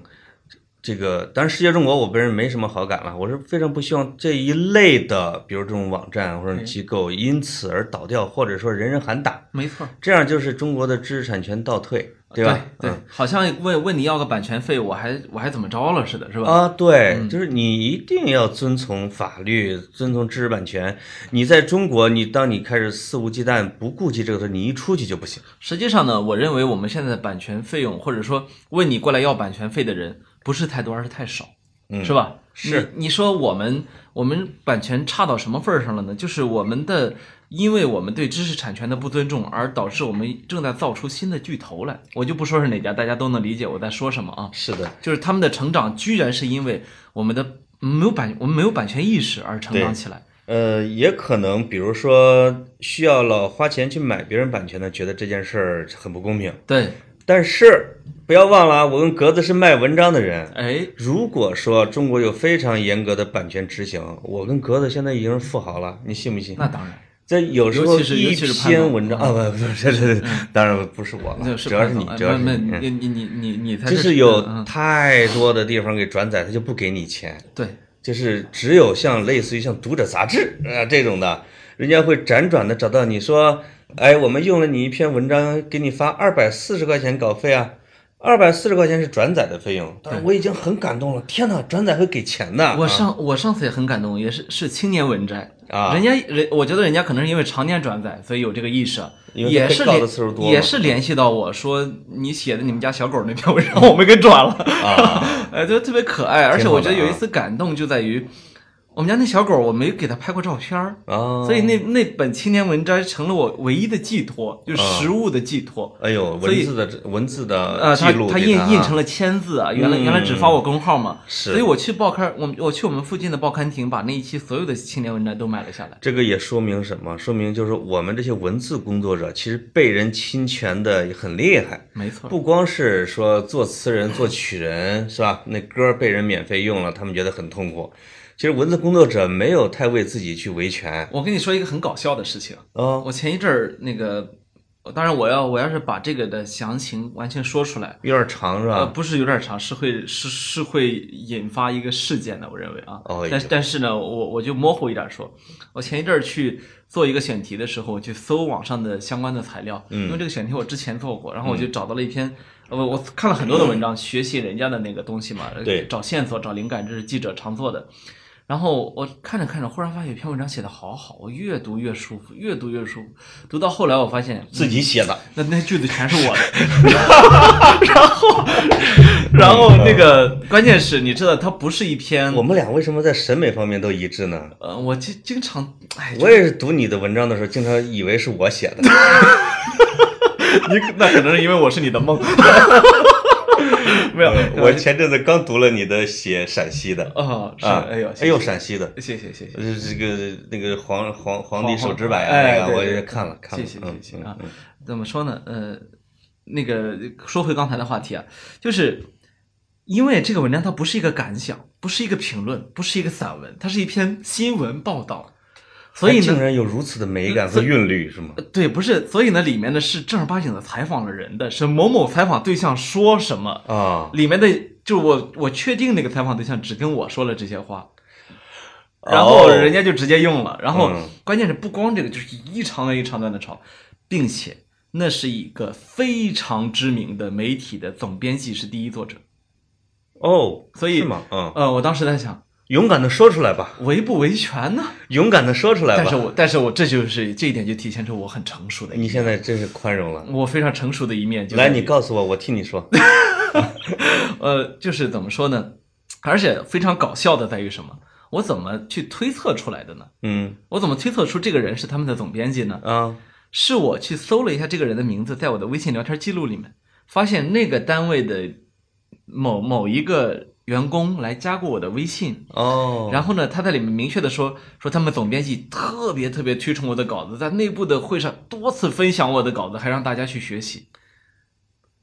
Speaker 2: 这个，当然世界中国我本人没什么好感了，我是非常不希望这一类的，比如这种网站或者机构因此而倒掉，或者说人人喊打，
Speaker 1: 没错，
Speaker 2: 这样就是中国的知识产权倒退，吧？
Speaker 1: 对，
Speaker 2: 嗯
Speaker 1: 好像问问你要个版权费，我还我还怎么着了似的，是吧？
Speaker 2: 啊，对，就是你一定要遵从法律，遵从知识版权。你在中国，你当你开始肆无忌惮、不顾及这个时候，你一出去就不行。
Speaker 1: 实际上呢，我认为我们现在的版权费用，或者说问你过来要版权费的人，不是太多，而是太少，
Speaker 2: 嗯
Speaker 1: 是吧？
Speaker 2: 是
Speaker 1: 你，你说我们我们版权差到什么份儿上了呢？就是我们的，因为我们对知识产权的不尊重，而导致我们正在造出新的巨头来。我就不说是哪家，大家都能理解我在说什么啊。
Speaker 2: 是的，
Speaker 1: 就是他们的成长，居然是因为我们的没有版，我们没有版权意识而成长起来。
Speaker 2: 呃，也可能，比如说需要老花钱去买别人版权的，觉得这件事儿很不公平。
Speaker 1: 对，
Speaker 2: 但是不要忘了啊，我跟格子是卖文章的人。
Speaker 1: 哎，
Speaker 2: 如果说中国有非常严格的版权执行，我跟格子现在已经是富豪了，你信不信？
Speaker 1: 那当然。
Speaker 2: 这有时候
Speaker 1: 尤其是尤
Speaker 2: 一
Speaker 1: 其是潘总
Speaker 2: 篇文章啊，不不是，这这当然不是我了，
Speaker 1: 嗯是
Speaker 2: 嗯主要是
Speaker 1: 潘
Speaker 2: 你
Speaker 1: 总，哎
Speaker 2: 主要是
Speaker 1: 没
Speaker 2: 你嗯
Speaker 1: 没，你你你你你才
Speaker 2: 就是是有
Speaker 1: 嗯
Speaker 2: 太多的地方给转载，他就不给你钱。
Speaker 1: 对，
Speaker 2: 就是只有像类似于像读者杂志啊、呃这种的，人家会辗转的找到你说，哎，我们用了你一篇文章，给你发二百四十块钱稿费啊，二百四十块钱是转载的费用。但是我已经很感动了，天哪，转载会给钱的。
Speaker 1: 我
Speaker 2: 啊
Speaker 1: 上我上次也很感动，也是是青年文摘
Speaker 2: 啊
Speaker 1: 人家人我觉得人家可能是因为常年转载，所以有这个意识，
Speaker 2: 因为
Speaker 1: 也
Speaker 2: 被
Speaker 1: 是
Speaker 2: 告的
Speaker 1: 联
Speaker 2: 次数多嘛
Speaker 1: 也是联系到我说你写的你们家小狗那篇文章我们给转了，
Speaker 2: 啊
Speaker 1: 哎，就特别可爱，而且
Speaker 2: 挺好
Speaker 1: 我
Speaker 2: 的
Speaker 1: 觉得有一
Speaker 2: 啊
Speaker 1: 次感动就在于我们家那小狗我没给它拍过照片儿。
Speaker 2: 啊，
Speaker 1: 所以那那本青年文摘成了我唯一的寄托，就是
Speaker 2: 啊
Speaker 1: 实物的寄托。
Speaker 2: 哎呦，
Speaker 1: 所以
Speaker 2: 文字的文字
Speaker 1: 呃，
Speaker 2: 的记
Speaker 1: 他
Speaker 2: 录
Speaker 1: 他
Speaker 2: 给
Speaker 1: 印
Speaker 2: 他啊
Speaker 1: 印成了签字啊，原来原来只发我公号嘛，
Speaker 2: 是
Speaker 1: 所以我去报刊，我们我去我们附近的报刊亭，把那一期所有的青年文摘都买了下来。
Speaker 2: 这个也说明什么？说明就是我们这些文字工作者其实被人侵权的很厉害。
Speaker 1: 没错，
Speaker 2: 不光是说作词人、作曲人是吧？那歌被人免费用了，他们觉得很痛苦。其实文字工作者没有太为自己去维权啊、
Speaker 1: 我跟你说一个很搞笑的事情，
Speaker 2: 哦，
Speaker 1: 我前一阵儿那个，当然我要我要是把这个的详情完全说出来，
Speaker 2: 有点长是
Speaker 1: 呃，
Speaker 2: 吧？
Speaker 1: 不是有点长，是会是是会引发一个事件的，我认为啊。
Speaker 2: 哦
Speaker 1: 但是
Speaker 2: 有
Speaker 1: 但是呢，我我就模糊一点说，我前一阵儿去做一个选题的时候，我去搜网上的相关的材料，
Speaker 2: 嗯
Speaker 1: 因为这个选题我之前做过，然后我就找到了一篇。呃，我我看了很多的文章，学习人家的那个东西嘛，
Speaker 2: 对
Speaker 1: 找线索、找灵感，这是记者常做的。然后我看着看着，忽然发现有篇文章写的好好，我越读越舒服，越读越舒服。读到后来，我发现嗯
Speaker 2: 自己写的，
Speaker 1: 那那句子全是我的， 然后，然后那个嗯关键是，你知道，它不是一篇
Speaker 2: 我，们俩为什么在审美方面都一致呢？
Speaker 1: 呃，我经经常，哎，
Speaker 2: 我也是读你的文章的时候，经常以为是我写的。
Speaker 1: 你那可能是因为我是你的 梦，没有，
Speaker 2: 呃我前阵子刚读了你的写陕西的
Speaker 1: 啊，是，
Speaker 2: 啊，
Speaker 1: 哎呦，
Speaker 2: 哎呦，陕西的，
Speaker 1: 谢谢，谢谢谢谢。
Speaker 2: 呃，这个那个皇皇皇帝手指
Speaker 1: 白
Speaker 2: 摆
Speaker 1: 嗯哎，
Speaker 2: 啊，那个我
Speaker 1: 对
Speaker 2: 也
Speaker 1: 对
Speaker 2: 看了看了，
Speaker 1: 谢谢啊
Speaker 2: 嗯
Speaker 1: 谢谢啊。怎么说呢？呃，那个说回刚才的话题啊，就是因为这个文章它不是一个感想，不是一个评论，不是一个散文，它是一篇新闻报道，所以
Speaker 2: 它竟
Speaker 1: 呢，
Speaker 2: 然有如此的美感和韵律，是吗？
Speaker 1: 对，不是，所以呢，里面呢是正儿八经的采访了人的，是某某采访对象说什么，
Speaker 2: 啊，
Speaker 1: 里面的就是我我确定那个采访对象只跟我说了这些话，然后人
Speaker 2: 家
Speaker 1: 家就直接用了，然后
Speaker 2: 哦嗯
Speaker 1: 关键是不光这个，就是一长段一长段的吵，并且那是一个非常知名的媒体的总编辑是第一作者，
Speaker 2: 哦，
Speaker 1: 所以
Speaker 2: 是吗？嗯，
Speaker 1: 呃，我当时在想
Speaker 2: 勇敢的说出来吧，
Speaker 1: 维不维权呢？
Speaker 2: 勇敢的说出来
Speaker 1: 但是
Speaker 2: 吧。
Speaker 1: 我但是我这就是这一点就体现出我很成熟的一
Speaker 2: 你
Speaker 1: 面，
Speaker 2: 现在真是宽容了，
Speaker 1: 我非常成熟的一面就
Speaker 2: 来，
Speaker 1: 在于
Speaker 2: 你告诉我，我替你 说。
Speaker 1: 呃，就是怎么说呢？而且非常搞笑的在于什么？我怎么去推测出来的呢？
Speaker 2: 嗯
Speaker 1: 我怎么推测出这个人是他们的总编辑呢？
Speaker 2: 啊，
Speaker 1: 是我去搜了一下这个人的名字，在我的微信聊天记录里面，发现那个单位的某某一个员工来加过我的微信。
Speaker 2: 哦，
Speaker 1: 然后呢，他在里面明确的说说他们总编辑特别特别推崇我的稿子，在内部的会上多次分享我的稿子，还让大家去学习。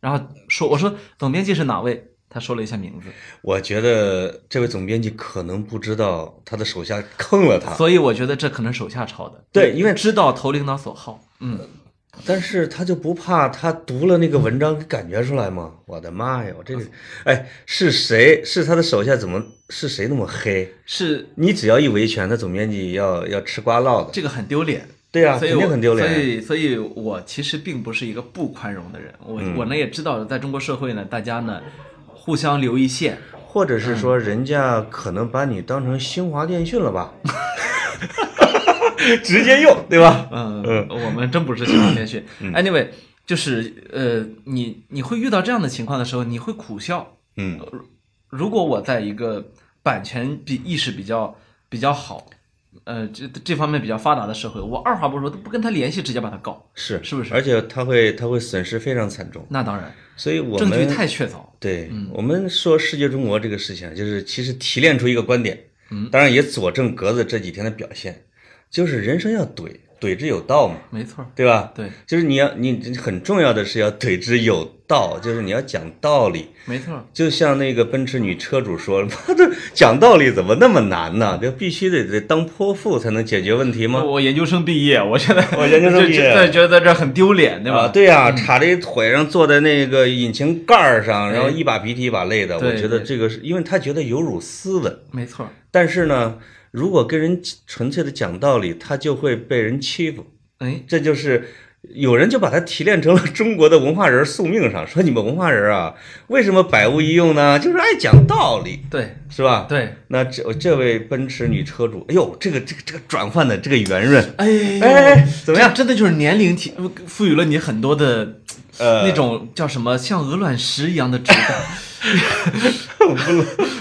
Speaker 1: 然后说我说总编辑是哪位？他说了一下名字。
Speaker 2: 我觉得这位总编辑可能不知道他的手下坑了他，
Speaker 1: 所以我觉得这可能手下抄的。
Speaker 2: 啊对因为
Speaker 1: 知道投领导所好。嗯，
Speaker 2: 但是他就不怕他读了那个文章给感觉出来吗？我的妈呀，我这个，哎，是谁？是他的手下怎么是谁那么黑？
Speaker 1: 是
Speaker 2: 你只要一维权，他总编辑要要吃瓜落的。
Speaker 1: 这个很丢脸。
Speaker 2: 对啊，
Speaker 1: 所以
Speaker 2: 肯
Speaker 1: 我
Speaker 2: 定很丢
Speaker 1: 所
Speaker 2: 脸。
Speaker 1: 以，所以我其实并不是一个不宽容的人。我、
Speaker 2: 嗯
Speaker 1: 我呢也知道，在中国社会呢，大家呢互相留一线。
Speaker 2: 或者是
Speaker 1: 嗯
Speaker 2: 说，人家可能把你当成新华电讯 了吧？直接用，对吧？
Speaker 1: 嗯，
Speaker 2: 嗯
Speaker 1: 我们真不是新闻连续。anyway，就是呃，你你会遇到这样的情况的时候，你会苦笑。
Speaker 2: 嗯，
Speaker 1: 呃如果我在一个版权比意识比较比较好，呃，这这方面比较发达的社会，我二话不说都不跟他联系，直接把他告。
Speaker 2: 是
Speaker 1: 是不是
Speaker 2: 而且他会他会损失非常惨重，
Speaker 1: 那当然，
Speaker 2: 所以我
Speaker 1: 证
Speaker 2: 们
Speaker 1: 据太确凿。
Speaker 2: 对，我们说世界中国这个事情，就是其实提炼出一个观点，嗯，当然也佐证格子这几天的表现，就是人生要怼，怼之有道嘛，
Speaker 1: 没错儿，
Speaker 2: 对吧？
Speaker 1: 对，
Speaker 2: 就是你要你你很重要的是要怼之有道，就是你要讲道理。
Speaker 1: 没错儿，
Speaker 2: 就像那个奔驰女车主说：“ 妈的，讲道理怎么那么难呢？这必须得得当泼妇才能解决问题吗？
Speaker 1: 我研究生毕业，我现在
Speaker 2: 我研究生
Speaker 1: 就
Speaker 2: 毕业
Speaker 1: 真的觉得这很丢脸，对
Speaker 2: 啊，
Speaker 1: 吧？嗯
Speaker 2: 对呀、插着一腿上，坐在那个引擎盖儿上，然后一把鼻涕一把泪的。我
Speaker 1: 对
Speaker 2: 觉得
Speaker 1: 对
Speaker 2: 这个是因为他觉得有辱斯文，
Speaker 1: 没错儿，
Speaker 2: 但是呢，如果跟人纯粹的讲道理，他就会被人欺负。
Speaker 1: 哎，
Speaker 2: 这就是有人就把他提炼成了中国的文化人宿命上， 说你们文化人啊，为什么百无一用呢？就是爱讲道理，
Speaker 1: 对
Speaker 2: 是吧？
Speaker 1: 对，
Speaker 2: 那这这位奔驰女车主，哎呦，这个这个这个转换的这个圆润，
Speaker 1: 哎
Speaker 2: 哎哎怎么样
Speaker 1: 这真的就是年龄提赋予了你很多的
Speaker 2: 呃，
Speaker 1: 那种叫什么，像鹅卵石一样的质感，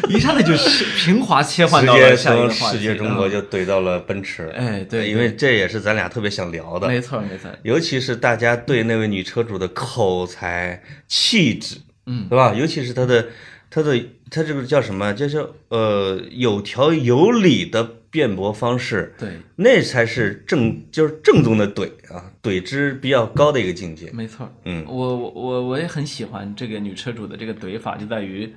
Speaker 1: 一下子就是平滑切换
Speaker 2: 直
Speaker 1: 到
Speaker 2: 接
Speaker 1: 了下一个
Speaker 2: 从
Speaker 1: 话题。
Speaker 2: 世界中国就怼到了奔驰。
Speaker 1: 嗯，哎，对，
Speaker 2: 因为这也是咱俩特别想聊的，
Speaker 1: 没错没错，
Speaker 2: 尤其是大家对那位女车主的口才、气质，
Speaker 1: 嗯，
Speaker 2: 对吧？尤其是她的、她的、她这个叫什么？就是呃，有条有理的辩驳方式，
Speaker 1: 对，
Speaker 2: 那才是正，就是正宗的怼啊，怼之比较高的一个境 界。
Speaker 1: 没错。
Speaker 2: 嗯，
Speaker 1: 我我我我也很喜欢这个女车主的这个怼法，就在于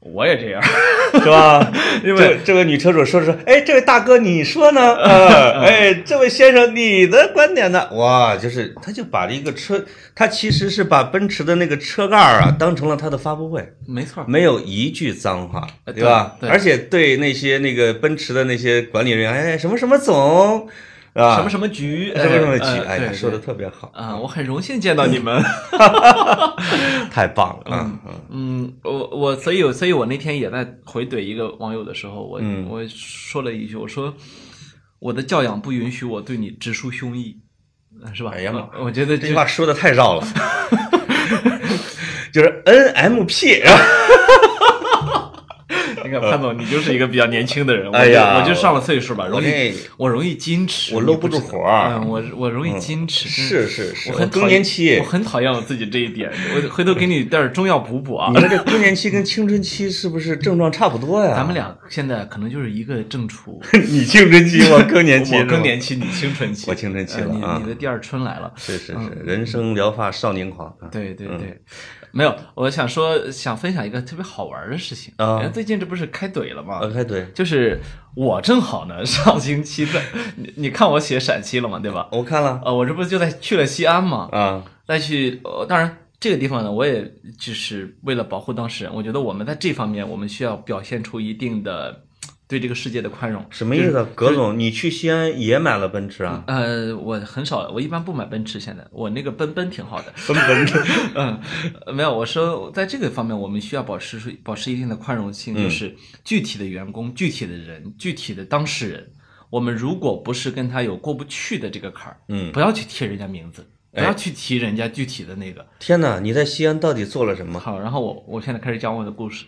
Speaker 1: 我也这样。
Speaker 2: 是吧？因为这位女车主说说，哎，这位大哥，你说呢？ 呃，哎，这位先生，你的观点呢？哇，就是他就把这个车，他其实是把奔驰的那个车盖儿啊，当成了他的发布会，
Speaker 1: 没错，
Speaker 2: 没有一句脏话，
Speaker 1: 呃
Speaker 2: 对吧？
Speaker 1: 对对
Speaker 2: 而且对那些那个奔驰的那些管理人员，哎，什么什么总，啊，
Speaker 1: 什么什么局，
Speaker 2: 什么什么局，
Speaker 1: 呃
Speaker 2: 哎，
Speaker 1: 对
Speaker 2: 他说的
Speaker 1: 对
Speaker 2: 特别好，
Speaker 1: 啊，我很荣幸见到你 们。
Speaker 2: 太棒了啊！嗯
Speaker 1: 嗯，我我所以所以我那天也在回怼一个网友的时候，我、
Speaker 2: 嗯
Speaker 1: 我说了一句，我说我的教养不允许我对你直抒胸臆，呃是吧？
Speaker 2: 哎呀妈
Speaker 1: 我我觉得
Speaker 2: 这
Speaker 1: 这
Speaker 2: 句话说的太绕 了，就是 N M P。
Speaker 1: 你看潘总，你就是一个比较年轻的人，我就
Speaker 2: 哎呀
Speaker 1: 我就上了岁数吧，容易
Speaker 2: 这
Speaker 1: 我容易矜持，
Speaker 2: 我
Speaker 1: 你
Speaker 2: 搂不住
Speaker 1: 知道
Speaker 2: 火儿
Speaker 1: 嗯，我我容易矜持，真的
Speaker 2: 是是是，
Speaker 1: 我很讨
Speaker 2: 更
Speaker 1: 厌
Speaker 2: 年期
Speaker 1: 我，很讨厌我自己这一点，我回头给你点儿中药补补啊
Speaker 2: 你。们这更年期跟青春期是不是症状差不多呀？
Speaker 1: 咱们俩现在可能就是一个正处，
Speaker 2: 你青春期，我更年期，
Speaker 1: 我更年期，你青春期，
Speaker 2: 我青春期
Speaker 1: 呃
Speaker 2: 了
Speaker 1: 你
Speaker 2: 啊
Speaker 1: 你的第二春来了。
Speaker 2: 是吧是是是，人生疗法少年狂啊！
Speaker 1: 对对对，没有，我想说想分享一个特别好玩的事情哎
Speaker 2: 啊
Speaker 1: 最近这不是开怼了吗？
Speaker 2: 呃，开对，
Speaker 1: 就是我正好呢，上星期在 你你看我写陕西了嘛，对吧？
Speaker 2: 我看了
Speaker 1: 呃，我这不就在去了西安嘛，
Speaker 2: 啊，
Speaker 1: 再去呃，当然这个地方呢，我也就是为了保护当事人，我觉得我们在这方面我们需要表现出一定的对这个世界的宽容。
Speaker 2: 什么意思啊？葛总，你去西安也买了奔驰啊？
Speaker 1: 呃，我很少，我一般不买奔驰。现在我那个奔奔挺好的，
Speaker 2: 奔奔
Speaker 1: 嗯，呃没有，我说在这个方面，我们需要保持保持一定的宽容性，
Speaker 2: 嗯
Speaker 1: 就是具体的员工、具体的人、具体的当事人，我们如果不是跟他有过不去的这个坎儿，
Speaker 2: 嗯，
Speaker 1: 不要去贴人家名字，不要去提人家具体的那个。
Speaker 2: 天哪，你在西安到底做了什么？
Speaker 1: 好，然后我我现在开始讲我的故事。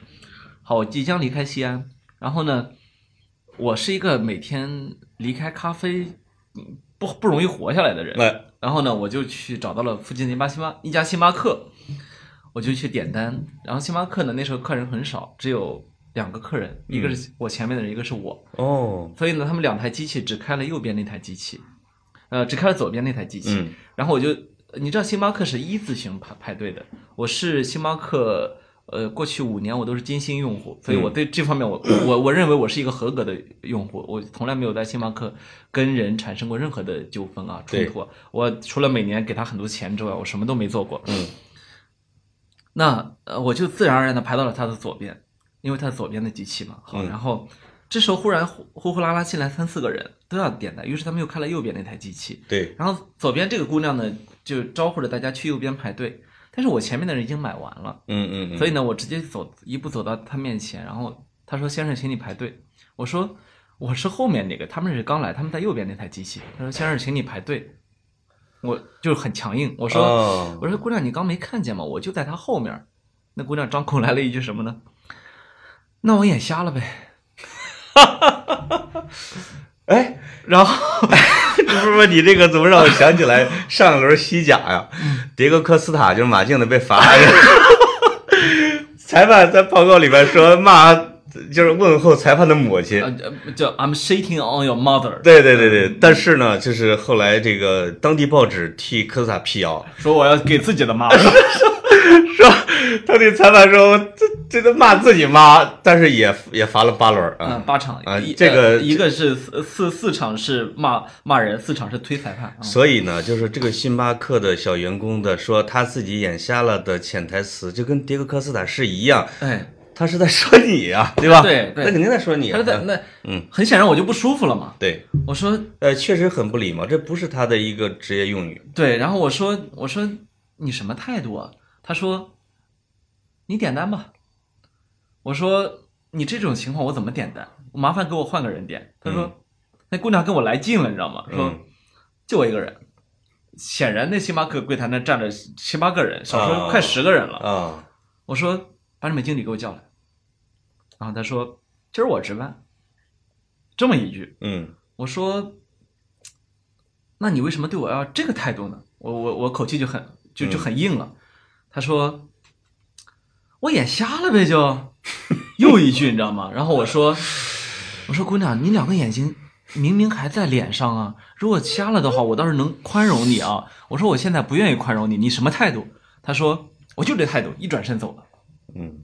Speaker 1: 好，我即将离开西安，然后呢，我是一个每天离开咖啡嗯不不容易活下来的人。
Speaker 2: 哎
Speaker 1: 然后呢，我就去找到了附近的一家星巴一家星巴克，我就去点单。然后星巴克呢，那时候客人很少，只有两个客人，一个是我前面的人，一个是我。
Speaker 2: 哦，
Speaker 1: 所以呢，他们两台机器只开了右边那台机器，呃，只开了左边那台机器。
Speaker 2: 嗯
Speaker 1: 然后我就，你知道星巴克是一字形排排队的，我是星巴克，呃，过去五年我都是金星用户，所以
Speaker 2: 嗯
Speaker 1: 我对这方面我、我我认为我是一个合格的用户，我从来没有在星巴克跟人产生过任何的纠纷啊冲
Speaker 2: 对
Speaker 1: 突啊。我除了每年给他很多钱之外，我什么都没做过。
Speaker 2: 嗯，
Speaker 1: 那呃，我就自然而然的排到了他的左边，因为他左边的机器嘛。好，
Speaker 2: 嗯
Speaker 1: 然后这时候忽然呼呼呼啦啦进来三四个人都要点单，于是他们又开了右边那台机器，
Speaker 2: 对，
Speaker 1: 然后左边这个姑娘呢就招呼着大家去右边排队，但是我前面的人已经买完了，
Speaker 2: 嗯嗯嗯，
Speaker 1: 所以呢，我直接走一步走到他面前，然后他说：“先生，请你排队。”我说：“我是后面那个，他们是刚来，他们在右边那台机器。”他说：“先生，请你排队。”我就很强硬，我说。
Speaker 2: 哦
Speaker 1: 我说姑娘，你刚没看见吗？我就在他后面儿。那姑娘张口来了一句什么呢？那我眼瞎了呗。
Speaker 2: 哎，
Speaker 1: 然后
Speaker 2: 这不是 你这个怎么让我想起 来上一轮西甲呀、迭戈科斯塔就是马竞的被罚， 裁判在报告里边说骂就是问候裁判的母亲。
Speaker 1: 呃叫 I'm shitting on your mother，
Speaker 2: 对对对对，但是呢，就是后来这个当地报纸替科斯塔辟谣，
Speaker 1: 说我要给自己的妈。
Speaker 2: 说他对裁判说这这都骂自己妈，但是也也罚了八轮儿
Speaker 1: 嗯，
Speaker 2: 啊。
Speaker 1: 八场
Speaker 2: 啊
Speaker 1: 一
Speaker 2: 这个
Speaker 1: 呃一个是四四四场是骂骂人，四场是推裁判。啊
Speaker 2: 所以呢，就是这个星巴克的小员工的说他自己眼瞎了的潜台词，就跟迭戈科斯塔是一样，
Speaker 1: 哎，
Speaker 2: 他是在说 你啊，对吧？
Speaker 1: 对对
Speaker 2: 那肯定在说你、
Speaker 1: 他
Speaker 2: 啊。
Speaker 1: 说在那，
Speaker 2: 嗯，
Speaker 1: 很显然我就不舒服了嘛。
Speaker 2: 对，
Speaker 1: 我说
Speaker 2: 呃，确实很不礼貌，这不是他的一个职业用语。
Speaker 1: 对，然后我说我说你什么态度啊？他说你点单吧。我说你这种情况我怎么点单？麻烦给我换个人点。他说、那姑娘跟我来劲了，你知道吗？说、
Speaker 2: 嗯
Speaker 1: 就我一个人。显然那星巴克柜台那站着七八个人，少说
Speaker 2: 啊
Speaker 1: 快十个人了。
Speaker 2: 啊，
Speaker 1: 我说把你们经理给我叫来。然后他说今儿我值班。这么一句，
Speaker 2: 嗯，
Speaker 1: 我说：“那你为什么对我要这个态度呢？”我我我口气就很就就很硬了。他说：“我眼瞎了呗，就又一句，你知道吗？”然后我说：“我说姑娘，你两个眼睛明明还在脸上啊，如果瞎了的话，我倒是能宽容你啊。”我说：“我现在不愿意宽容你，你什么态度？”他说：“我就这态度。”一转身走了。
Speaker 2: 嗯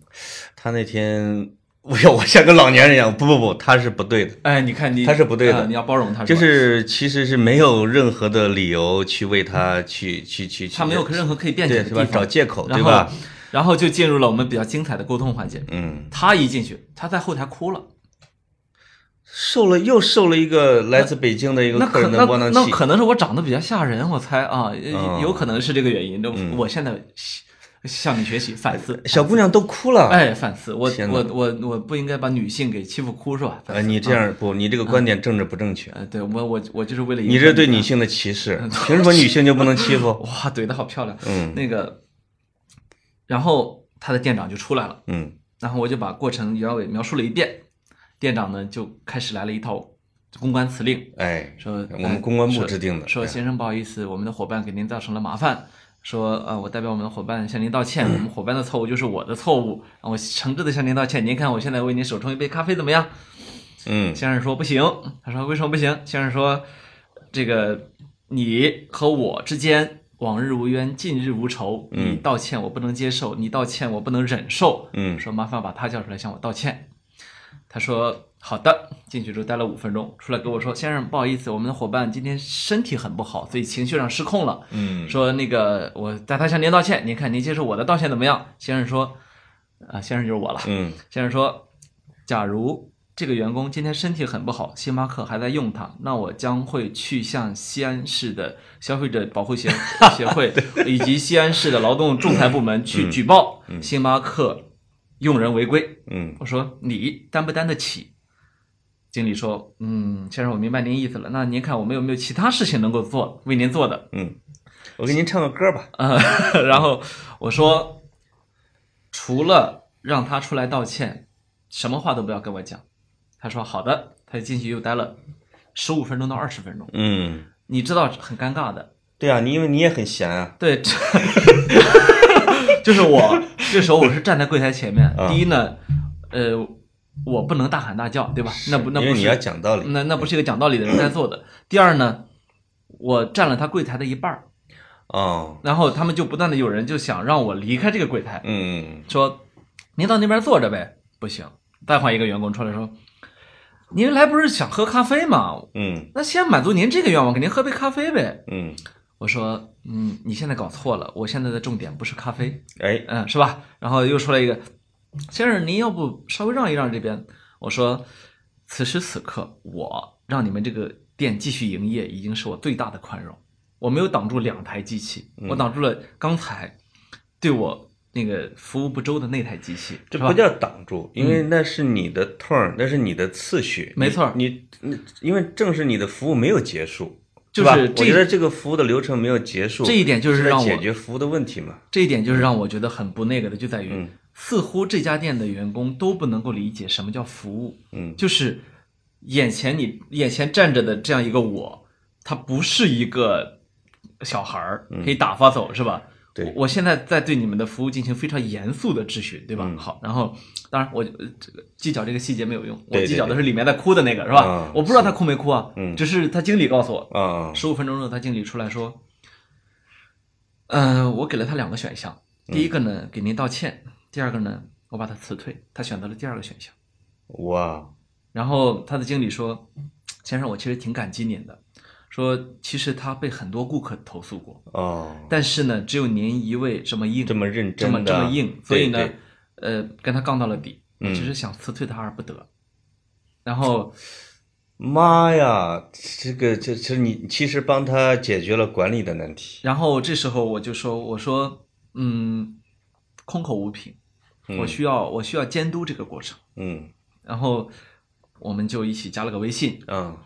Speaker 2: 他那天，我要我像个老年人一样，不不不，他是不对的，
Speaker 1: 哎，你看你
Speaker 2: 他是不对的
Speaker 1: 啊你要包容他吧，
Speaker 2: 就是其实是没有任何的理由去为他去去去去，
Speaker 1: 他没有任何可以辩解
Speaker 2: 对
Speaker 1: 的
Speaker 2: 是
Speaker 1: 地
Speaker 2: 吧？
Speaker 1: 方，
Speaker 2: 找借口
Speaker 1: 然
Speaker 2: 对
Speaker 1: 后
Speaker 2: 吧？？
Speaker 1: 然后就进入了我们比较精彩的沟通环节。
Speaker 2: 嗯，
Speaker 1: 他一进去，他在后台哭了。
Speaker 2: 受了又受了一个来自北京的一个
Speaker 1: 那
Speaker 2: 客
Speaker 1: 可
Speaker 2: 人
Speaker 1: 那
Speaker 2: 的窝囊
Speaker 1: 那
Speaker 2: 气，
Speaker 1: 可能是我长得比较吓人，我猜啊，
Speaker 2: 嗯
Speaker 1: 有可能是这个原因。那我现在向你学习，反思。
Speaker 2: 哎小姑娘都哭了。
Speaker 1: 哎，反思，我
Speaker 2: 天哪
Speaker 1: 我我我不应该把女性给欺负哭是吧？反
Speaker 2: 呃，
Speaker 1: 思
Speaker 2: 你这，样不，你这个
Speaker 1: 嗯
Speaker 2: 观点政治不正确，
Speaker 1: 呃，对我我我就是为了
Speaker 2: 你这对女性的歧视，
Speaker 1: 嗯
Speaker 2: 凭什么女性就不能欺负？
Speaker 1: 哇怼的好漂亮，
Speaker 2: 嗯
Speaker 1: 那个，然后他的店长就出来了。
Speaker 2: 嗯
Speaker 1: 然后我就把过程原委描述了一遍，店长呢就开始来了一套公关辞令，
Speaker 2: 哎，
Speaker 1: 说
Speaker 2: 我们公关部
Speaker 1: 说
Speaker 2: 制定的
Speaker 1: 说
Speaker 2: 哎
Speaker 1: 先生不好意思，我们的伙伴给您造成了麻烦。说呃，我代表我们的伙伴向您道歉，我们伙伴的错误就是我的错误，啊我诚挚的向您道歉。您看我现在为您手冲一杯咖啡怎么样？
Speaker 2: 嗯
Speaker 1: 先生说不行，他说为什么不行？先生说，这个你和我之间往日无冤，近日无仇，
Speaker 2: 嗯
Speaker 1: 你道歉我不能接受，你道歉我不能忍受。
Speaker 2: 嗯
Speaker 1: 说麻烦把他叫出来向我道歉。他说好的，进去之后待了五分钟，出来跟我说，先生不好意思，我们的伙伴今天身体很不好，所以情绪上失控了。
Speaker 2: 嗯
Speaker 1: 说那个我代他向您道歉，您看您接受我的道歉怎么样？先生说，啊、先生就是我了。
Speaker 2: 嗯
Speaker 1: 先生说，假如这个员工今天身体很不好，星巴克还在用它，那我将会去向西安市的消费者保护协协会以及西安市的劳动仲裁部门去举报星巴克用人违规。
Speaker 2: 嗯
Speaker 1: 我说你担不担得起？经理说，嗯，先生，我明白您意思了。那您看我们有没有其他事情能够做，为您做的？
Speaker 2: 嗯，我给您唱个歌吧。
Speaker 1: 啊， 然后我说，除了让他出来道歉，什么话都不要跟我讲。他说好的，他就进去又待了十五分钟到二十分钟，
Speaker 2: 嗯，
Speaker 1: 你知道很尴尬的。
Speaker 2: 对啊，你因为你也很闲啊。
Speaker 1: 对， 这就是我这时候我是站在柜台前面，
Speaker 2: 啊
Speaker 1: 第一呢，呃，我不能大喊大叫，对吧？那不那
Speaker 2: 因
Speaker 1: 不
Speaker 2: 为
Speaker 1: 是嗯
Speaker 2: 你要讲道理。
Speaker 1: 那那不是一个讲道理的人该做的。第二呢，我占了他柜台的一半儿，
Speaker 2: 哦，
Speaker 1: 然后他们就不断的有人就想让我离开这个柜台，
Speaker 2: 嗯
Speaker 1: 说：“您到那边坐着呗。”不行，再换一个员工出来说：“您来不是想喝咖啡吗？
Speaker 2: 嗯
Speaker 1: 那先满足您这个愿望，给您喝杯咖啡呗。
Speaker 2: 嗯，”
Speaker 1: 我说：“嗯，你现在搞错了，我现在的重点不是咖啡，
Speaker 2: 哎，
Speaker 1: 嗯，是吧？”然后又出来一个：“先生，您要不稍微让一让这边？”我说：“此时此刻，我让你们这个店继续营业，已经是我最大的宽容。我没有挡住两台机器，
Speaker 2: 嗯
Speaker 1: 我挡住了刚才对我那个服务不周的那台机器，
Speaker 2: 这
Speaker 1: 是吧
Speaker 2: 不叫挡住，因为那是你的 turn，那是你的次序。
Speaker 1: 没错
Speaker 2: 你你因为正是你的服务没有结束，
Speaker 1: 就是
Speaker 2: 吧我
Speaker 1: 这
Speaker 2: 觉得这个服务的流程没有结束，
Speaker 1: 这一点就是
Speaker 2: 在
Speaker 1: 让我
Speaker 2: 解决服务的问题嘛。
Speaker 1: 这一点就是让我觉得很不那个的，就在于、
Speaker 2: 嗯
Speaker 1: 似乎这家店的员工都不能够理解什么叫服务，
Speaker 2: 嗯
Speaker 1: 就是眼前你眼前站着的这样一个我，他不是一个小孩儿可以打发走、是吧？
Speaker 2: 嗯对
Speaker 1: 我我现在在对你们的服务进行非常严肃的质询，对吧？
Speaker 2: 嗯
Speaker 1: 好，然后当然我呃这个计较这个细节没有用，
Speaker 2: 对
Speaker 1: 我
Speaker 2: 对
Speaker 1: 计较的是里面在哭的那个是吧？
Speaker 2: 啊
Speaker 1: 我不知道他哭没哭啊，
Speaker 2: 嗯
Speaker 1: 只是他经理告诉我，
Speaker 2: 啊，
Speaker 1: 十五分钟之后，他经理出来说：“嗯、我给了他两个选项，
Speaker 2: 嗯
Speaker 1: 第一个呢给您道歉，第二个呢我把他辞退。他选择了第二个选项。
Speaker 2: 哇，
Speaker 1: 然后他的经理说：‘先生，我其实挺感激您的，说其实他被很多顾客投诉过，
Speaker 2: 哦，
Speaker 1: 但是呢，只有您一位这么硬，
Speaker 2: 这么认
Speaker 1: 这
Speaker 2: 真
Speaker 1: 么
Speaker 2: 的，
Speaker 1: 这么硬，所以呢
Speaker 2: 对，对
Speaker 1: 呃，跟他杠到了底。我
Speaker 2: 嗯
Speaker 1: 只是想辞退他而不得。然后，
Speaker 2: 妈呀，这个这这你其实帮他解决了管理的难题。
Speaker 1: 然后这时候我就说：‘我说，嗯，空口无凭。’
Speaker 2: 嗯
Speaker 1: 我需要我需要监督这个过程，
Speaker 2: 嗯
Speaker 1: 然后我们就一起加了个微信。
Speaker 2: 啊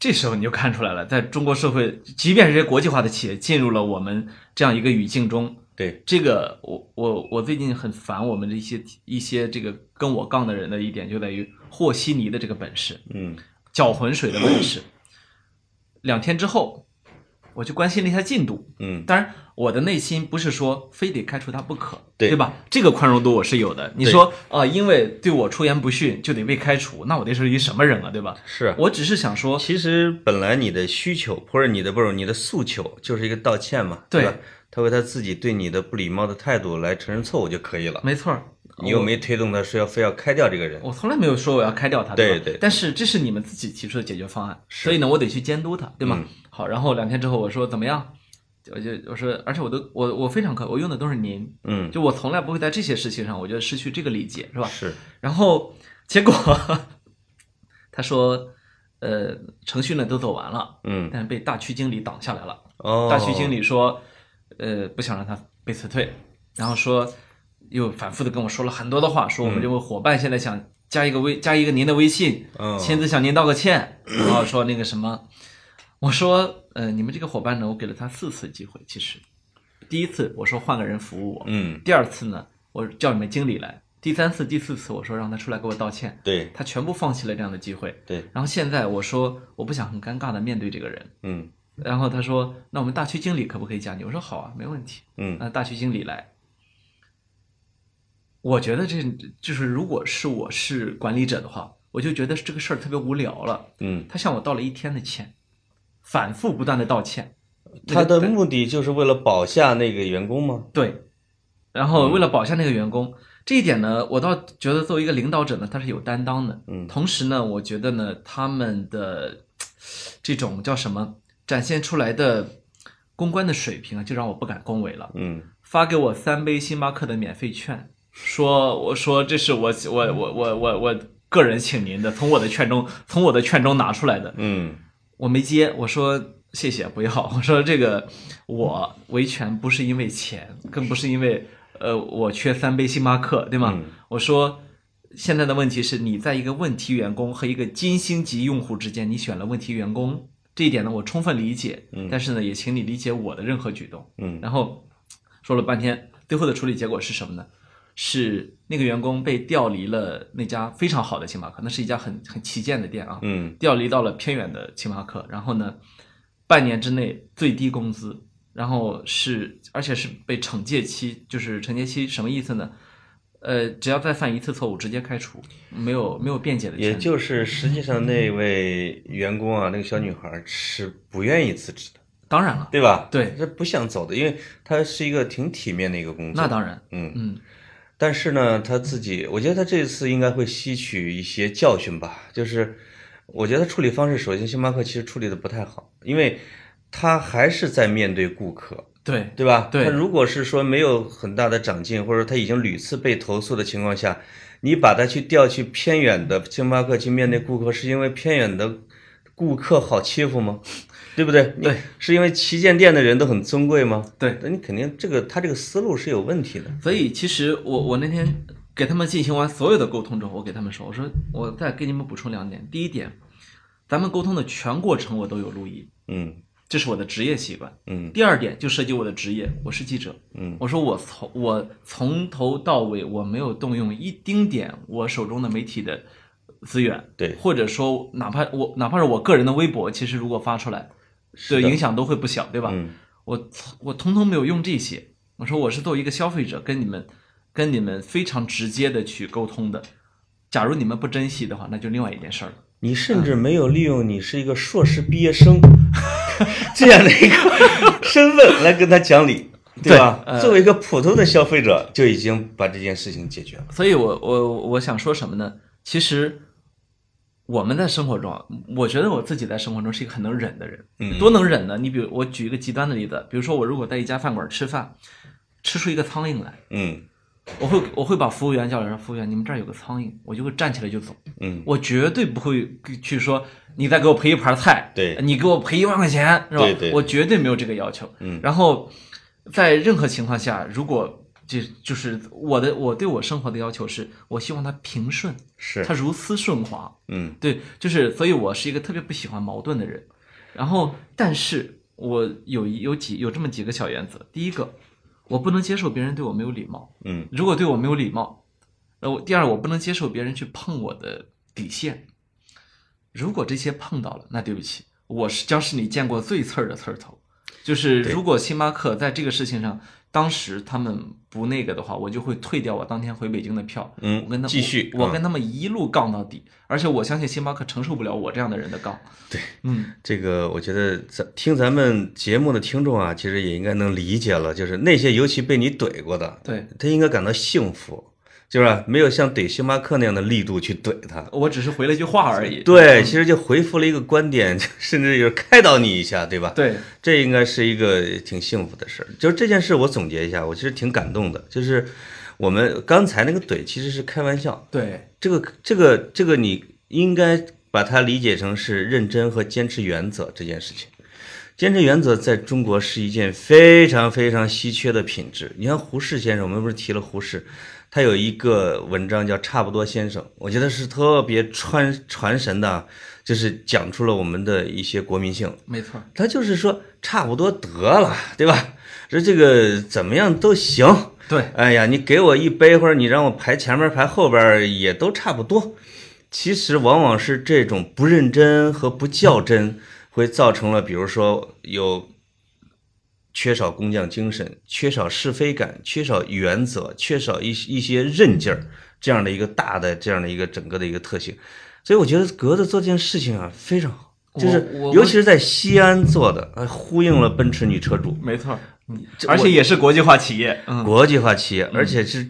Speaker 1: 这时候你就看出来了，在中国社会，即便是这些国际化的企业进入了我们这样一个语境中，
Speaker 2: 对，
Speaker 1: 这个我我我最近很烦我们的一些一些这个跟我杠的人的一点就在于和稀泥的这个本事，
Speaker 2: 嗯
Speaker 1: 搅浑水的本事。两天之后，我就关心了一下进度，
Speaker 2: 嗯，
Speaker 1: 当然，我的内心不是说非得开除他不可，
Speaker 2: 对
Speaker 1: 吧？这个宽容度我是有的。你说啊、呃因为对我出言不逊就得被开除，那我得是一什么人啊，对吧？
Speaker 2: 是啊。
Speaker 1: 我只是想说，
Speaker 2: 其实本来你的需求或者你的不是你的诉求就是一个道歉嘛，
Speaker 1: 对
Speaker 2: 吧？他为他自己对你的不礼貌的态度来承认错误就可以了。
Speaker 1: 没错儿，
Speaker 2: 你又
Speaker 1: 我
Speaker 2: 没推动他说要非要开掉这个人。
Speaker 1: 我从来没有说我要开掉他，
Speaker 2: 对
Speaker 1: 吧
Speaker 2: 对
Speaker 1: 但是这是你们自己提出的解决方案，所以呢，我得去监督他，对
Speaker 2: 嗯
Speaker 1: 吗？好，然后两天之后我说怎么样？我就我说，而且我都我我非常客，我用的都是您，
Speaker 2: 嗯，
Speaker 1: 就我从来不会在这些事情上，我觉得失去这个理解，是吧？
Speaker 2: 是，
Speaker 1: 然后结果 他说，呃，程序呢都走完了，
Speaker 2: 嗯，
Speaker 1: 但是被大区经理挡下来了。
Speaker 2: 哦，
Speaker 1: 大区经，理说，呃，不想让他被辞退，然后说又反复的跟我说了很多的话，说我们这位伙伴现在想加一个微加一个您的微信，
Speaker 2: 嗯，
Speaker 1: 亲自向您道个歉，然后说那个什么，我说，呃，你们这个伙伴呢，我给了他四次机会，其实第一次我说换个人服务我，
Speaker 2: 嗯
Speaker 1: 第二次呢，我叫你们经理来，第三次、第四次，我说让他出来给我道歉，
Speaker 2: 对
Speaker 1: 他全部放弃了这样的机会。
Speaker 2: 对，
Speaker 1: 然后现在我说我不想很尴尬的面对这个人，
Speaker 2: 嗯
Speaker 1: 然后他说那我们大区经理可不可以加你？我说好啊，没问题。
Speaker 2: 嗯
Speaker 1: 那大区经理来，我觉得这就是如果是我是管理者的话，我就觉得这个事儿特别无聊了。
Speaker 2: 嗯，
Speaker 1: 他向我道了一天的歉，反复不断的道歉，
Speaker 2: 他的目的就是为了保下那个员工吗？
Speaker 1: 对，然后为了保下那个员工，这一点呢，我倒觉得作为一个领导者呢，他是有担当的。
Speaker 2: 嗯
Speaker 1: 同时呢，我觉得呢，他们的这种叫什么展现出来的公关的水平啊，就让我不敢恭维了。
Speaker 2: 嗯
Speaker 1: 发给我三杯星巴克的免费券，说我说这是我我我我我我个人请您的，从我的券中从我的券中拿出来的。
Speaker 2: 嗯
Speaker 1: 我没接，我说谢谢，不要。我说这个我维权不是因为钱，更不是因为呃我缺三杯星巴克，对吗？
Speaker 2: 嗯
Speaker 1: 我说现在的问题是你在一个问题员工和一个金星级用户之间，你选了问题员工，这一点呢我充分理解，但是呢也请你理解我的任何举动。
Speaker 2: 嗯
Speaker 1: 然后说了半天，最后的处理结果是什么呢？是那个员工被调离了那家非常好的星巴克，那是一家很很旗舰的店啊。
Speaker 2: 嗯
Speaker 1: 调离到了偏远的星巴克，然后呢，半年之内最低工资，然后是而且是被惩戒期，就是惩戒期什么意思呢？呃，只要再犯一次错误，直接开除，没有没有辩解的权利。
Speaker 2: 也就是实际上那位员工啊，那个小女孩是不愿意辞职的，
Speaker 1: 当然了，
Speaker 2: 对吧？
Speaker 1: 对
Speaker 2: 她不想走的，因为她是一个挺体面的一个工作。
Speaker 1: 那当然，
Speaker 2: 嗯，
Speaker 1: 嗯，
Speaker 2: 但是呢，他自己，我觉得他这次应该会吸取一些教训吧。就是我觉得他处理方式，首先星巴克其实处理的不太好，因为他还是在面对顾客，
Speaker 1: 对
Speaker 2: 对吧？
Speaker 1: 对
Speaker 2: 他如果是说没有很大的长进，或者他已经屡次被投诉的情况下，你把他去调去偏远的星巴克去面对顾客，是因为偏远的顾客好欺负吗？ 对不对？
Speaker 1: 对，
Speaker 2: 是因为旗舰店的人都很尊贵吗？
Speaker 1: 对，
Speaker 2: 那你肯定这个他这个思路是有问题的。
Speaker 1: 所以其实我我那天给他们进行完所有的沟通之后，我给他们说，我说我再给你们补充两点，第一点，咱们沟通的全过程我都有录音，
Speaker 2: 嗯
Speaker 1: 这是我的职业习惯。
Speaker 2: 嗯。
Speaker 1: 第二点就涉及我的职业，我是记者。
Speaker 2: 嗯，
Speaker 1: 我说我从我从头到尾我没有动用一丁点我手中的媒体的资源，
Speaker 2: 对
Speaker 1: 或者说哪怕我哪怕是我个人的微博，其实如果发出来，
Speaker 2: 是
Speaker 1: 对
Speaker 2: 的
Speaker 1: 影响都会不小，对吧？
Speaker 2: 嗯
Speaker 1: 我从我通通没有用这些。我说我是作为一个消费者跟你们跟你们非常直接的去沟通的，假如你们不珍惜的话，那就另外一件事儿了。
Speaker 2: 你甚
Speaker 1: 嗯
Speaker 2: 至没有利用你是一个硕士毕 业生这样的一个身份来跟他讲理，对吧？
Speaker 1: 对呃
Speaker 2: 作为一个普通的消费者，就已经把这件事情解决了。
Speaker 1: 所以我我我想说什么呢？其实我们在生活中啊，我觉得我自己在生活中是一个很能忍的人，
Speaker 2: 嗯
Speaker 1: 多能忍呢？你比如我举一个极端的例子，比如说我如果在一家饭馆吃饭，吃出一个苍蝇来，
Speaker 2: 嗯
Speaker 1: 我会我会把服务员叫来，说服务员你们这儿有个苍蝇，我就会站起来就走，
Speaker 2: 嗯，
Speaker 1: 我绝对不会去说你再给我赔一盘菜，
Speaker 2: 对
Speaker 1: 你给我赔一万块钱是吧？
Speaker 2: 对对
Speaker 1: 我绝对没有这个要求。
Speaker 2: 嗯
Speaker 1: 然后在任何情况下，如果就就是我的我对我生活的要求是，我希望它平顺，
Speaker 2: 是
Speaker 1: 它，如丝顺滑。
Speaker 2: 嗯
Speaker 1: 对，就是所以我是一个特别不喜欢矛盾的人。然后，但是我有一有几有这么几个小原则，第一个，我不能接受别人对我没有礼貌。
Speaker 2: 嗯
Speaker 1: 如果对我没有礼貌，呃，我第二我不能接受别人去碰我的底线。如果这些碰到了，那对不起，我是将是你见过最刺儿的刺儿头。就是
Speaker 2: 对
Speaker 1: 如果星巴克在这个事情上，当时他们不那个的话，我就会退掉我当天回北京的票。
Speaker 2: 嗯
Speaker 1: 我跟他
Speaker 2: 继续
Speaker 1: 我，
Speaker 2: 嗯
Speaker 1: 我跟他们一路杠到底，而且我相信星巴克承受不了我这样的人的杠。
Speaker 2: 对，
Speaker 1: 嗯，
Speaker 2: 这个我觉得咱听咱们节目的听众啊，其实也应该能理解了，就是那些尤其被你怼过的，
Speaker 1: 对，
Speaker 2: 他应该感到幸福，就是吧没有像怼星巴克那样的力度去怼他。
Speaker 1: 我只是回了一句话而已。
Speaker 2: 对，
Speaker 1: 嗯
Speaker 2: 其实就回复了一个观点， 甚至就是开导你一下，对吧？，
Speaker 1: 对，
Speaker 2: 这应该是一个呃挺幸福的事儿。就是这件事，我总结一下，我其实挺感动的。就是我们刚才那个怼其实是开玩笑，
Speaker 1: 对，
Speaker 2: 这个这个这个你应该把它理解成是认真和坚持原则这件事情。坚持原则在中国是一件非常非常稀缺的品质。你看胡适先生，我们不是提了胡适，他有一个文章叫《差不多先生》，我觉得是特别传传神的啊，就是讲出了我们的一些国民性。
Speaker 1: 没错儿，
Speaker 2: 他就是说差不多得了，对吧？说这个怎么样都行，
Speaker 1: 对，
Speaker 2: 哎呀，你给我一杯，或者你让我排前面排后边儿也都差不多。其实往往是这种不认真和不较真，会造成了比如说有缺少工匠精神、缺少是非感、缺少原则、缺少一一些韧劲儿这样的一个大的这样的一个整个的一个特性。所以我觉得格子做这件事情啊非常好，就是
Speaker 1: 我我
Speaker 2: 尤其是在西安做的，哎呼应了奔驰女车主。
Speaker 1: 没错，嗯
Speaker 2: 这
Speaker 1: 而
Speaker 2: 我
Speaker 1: 且也是国际化企业，嗯，
Speaker 2: 国际化企业，而且是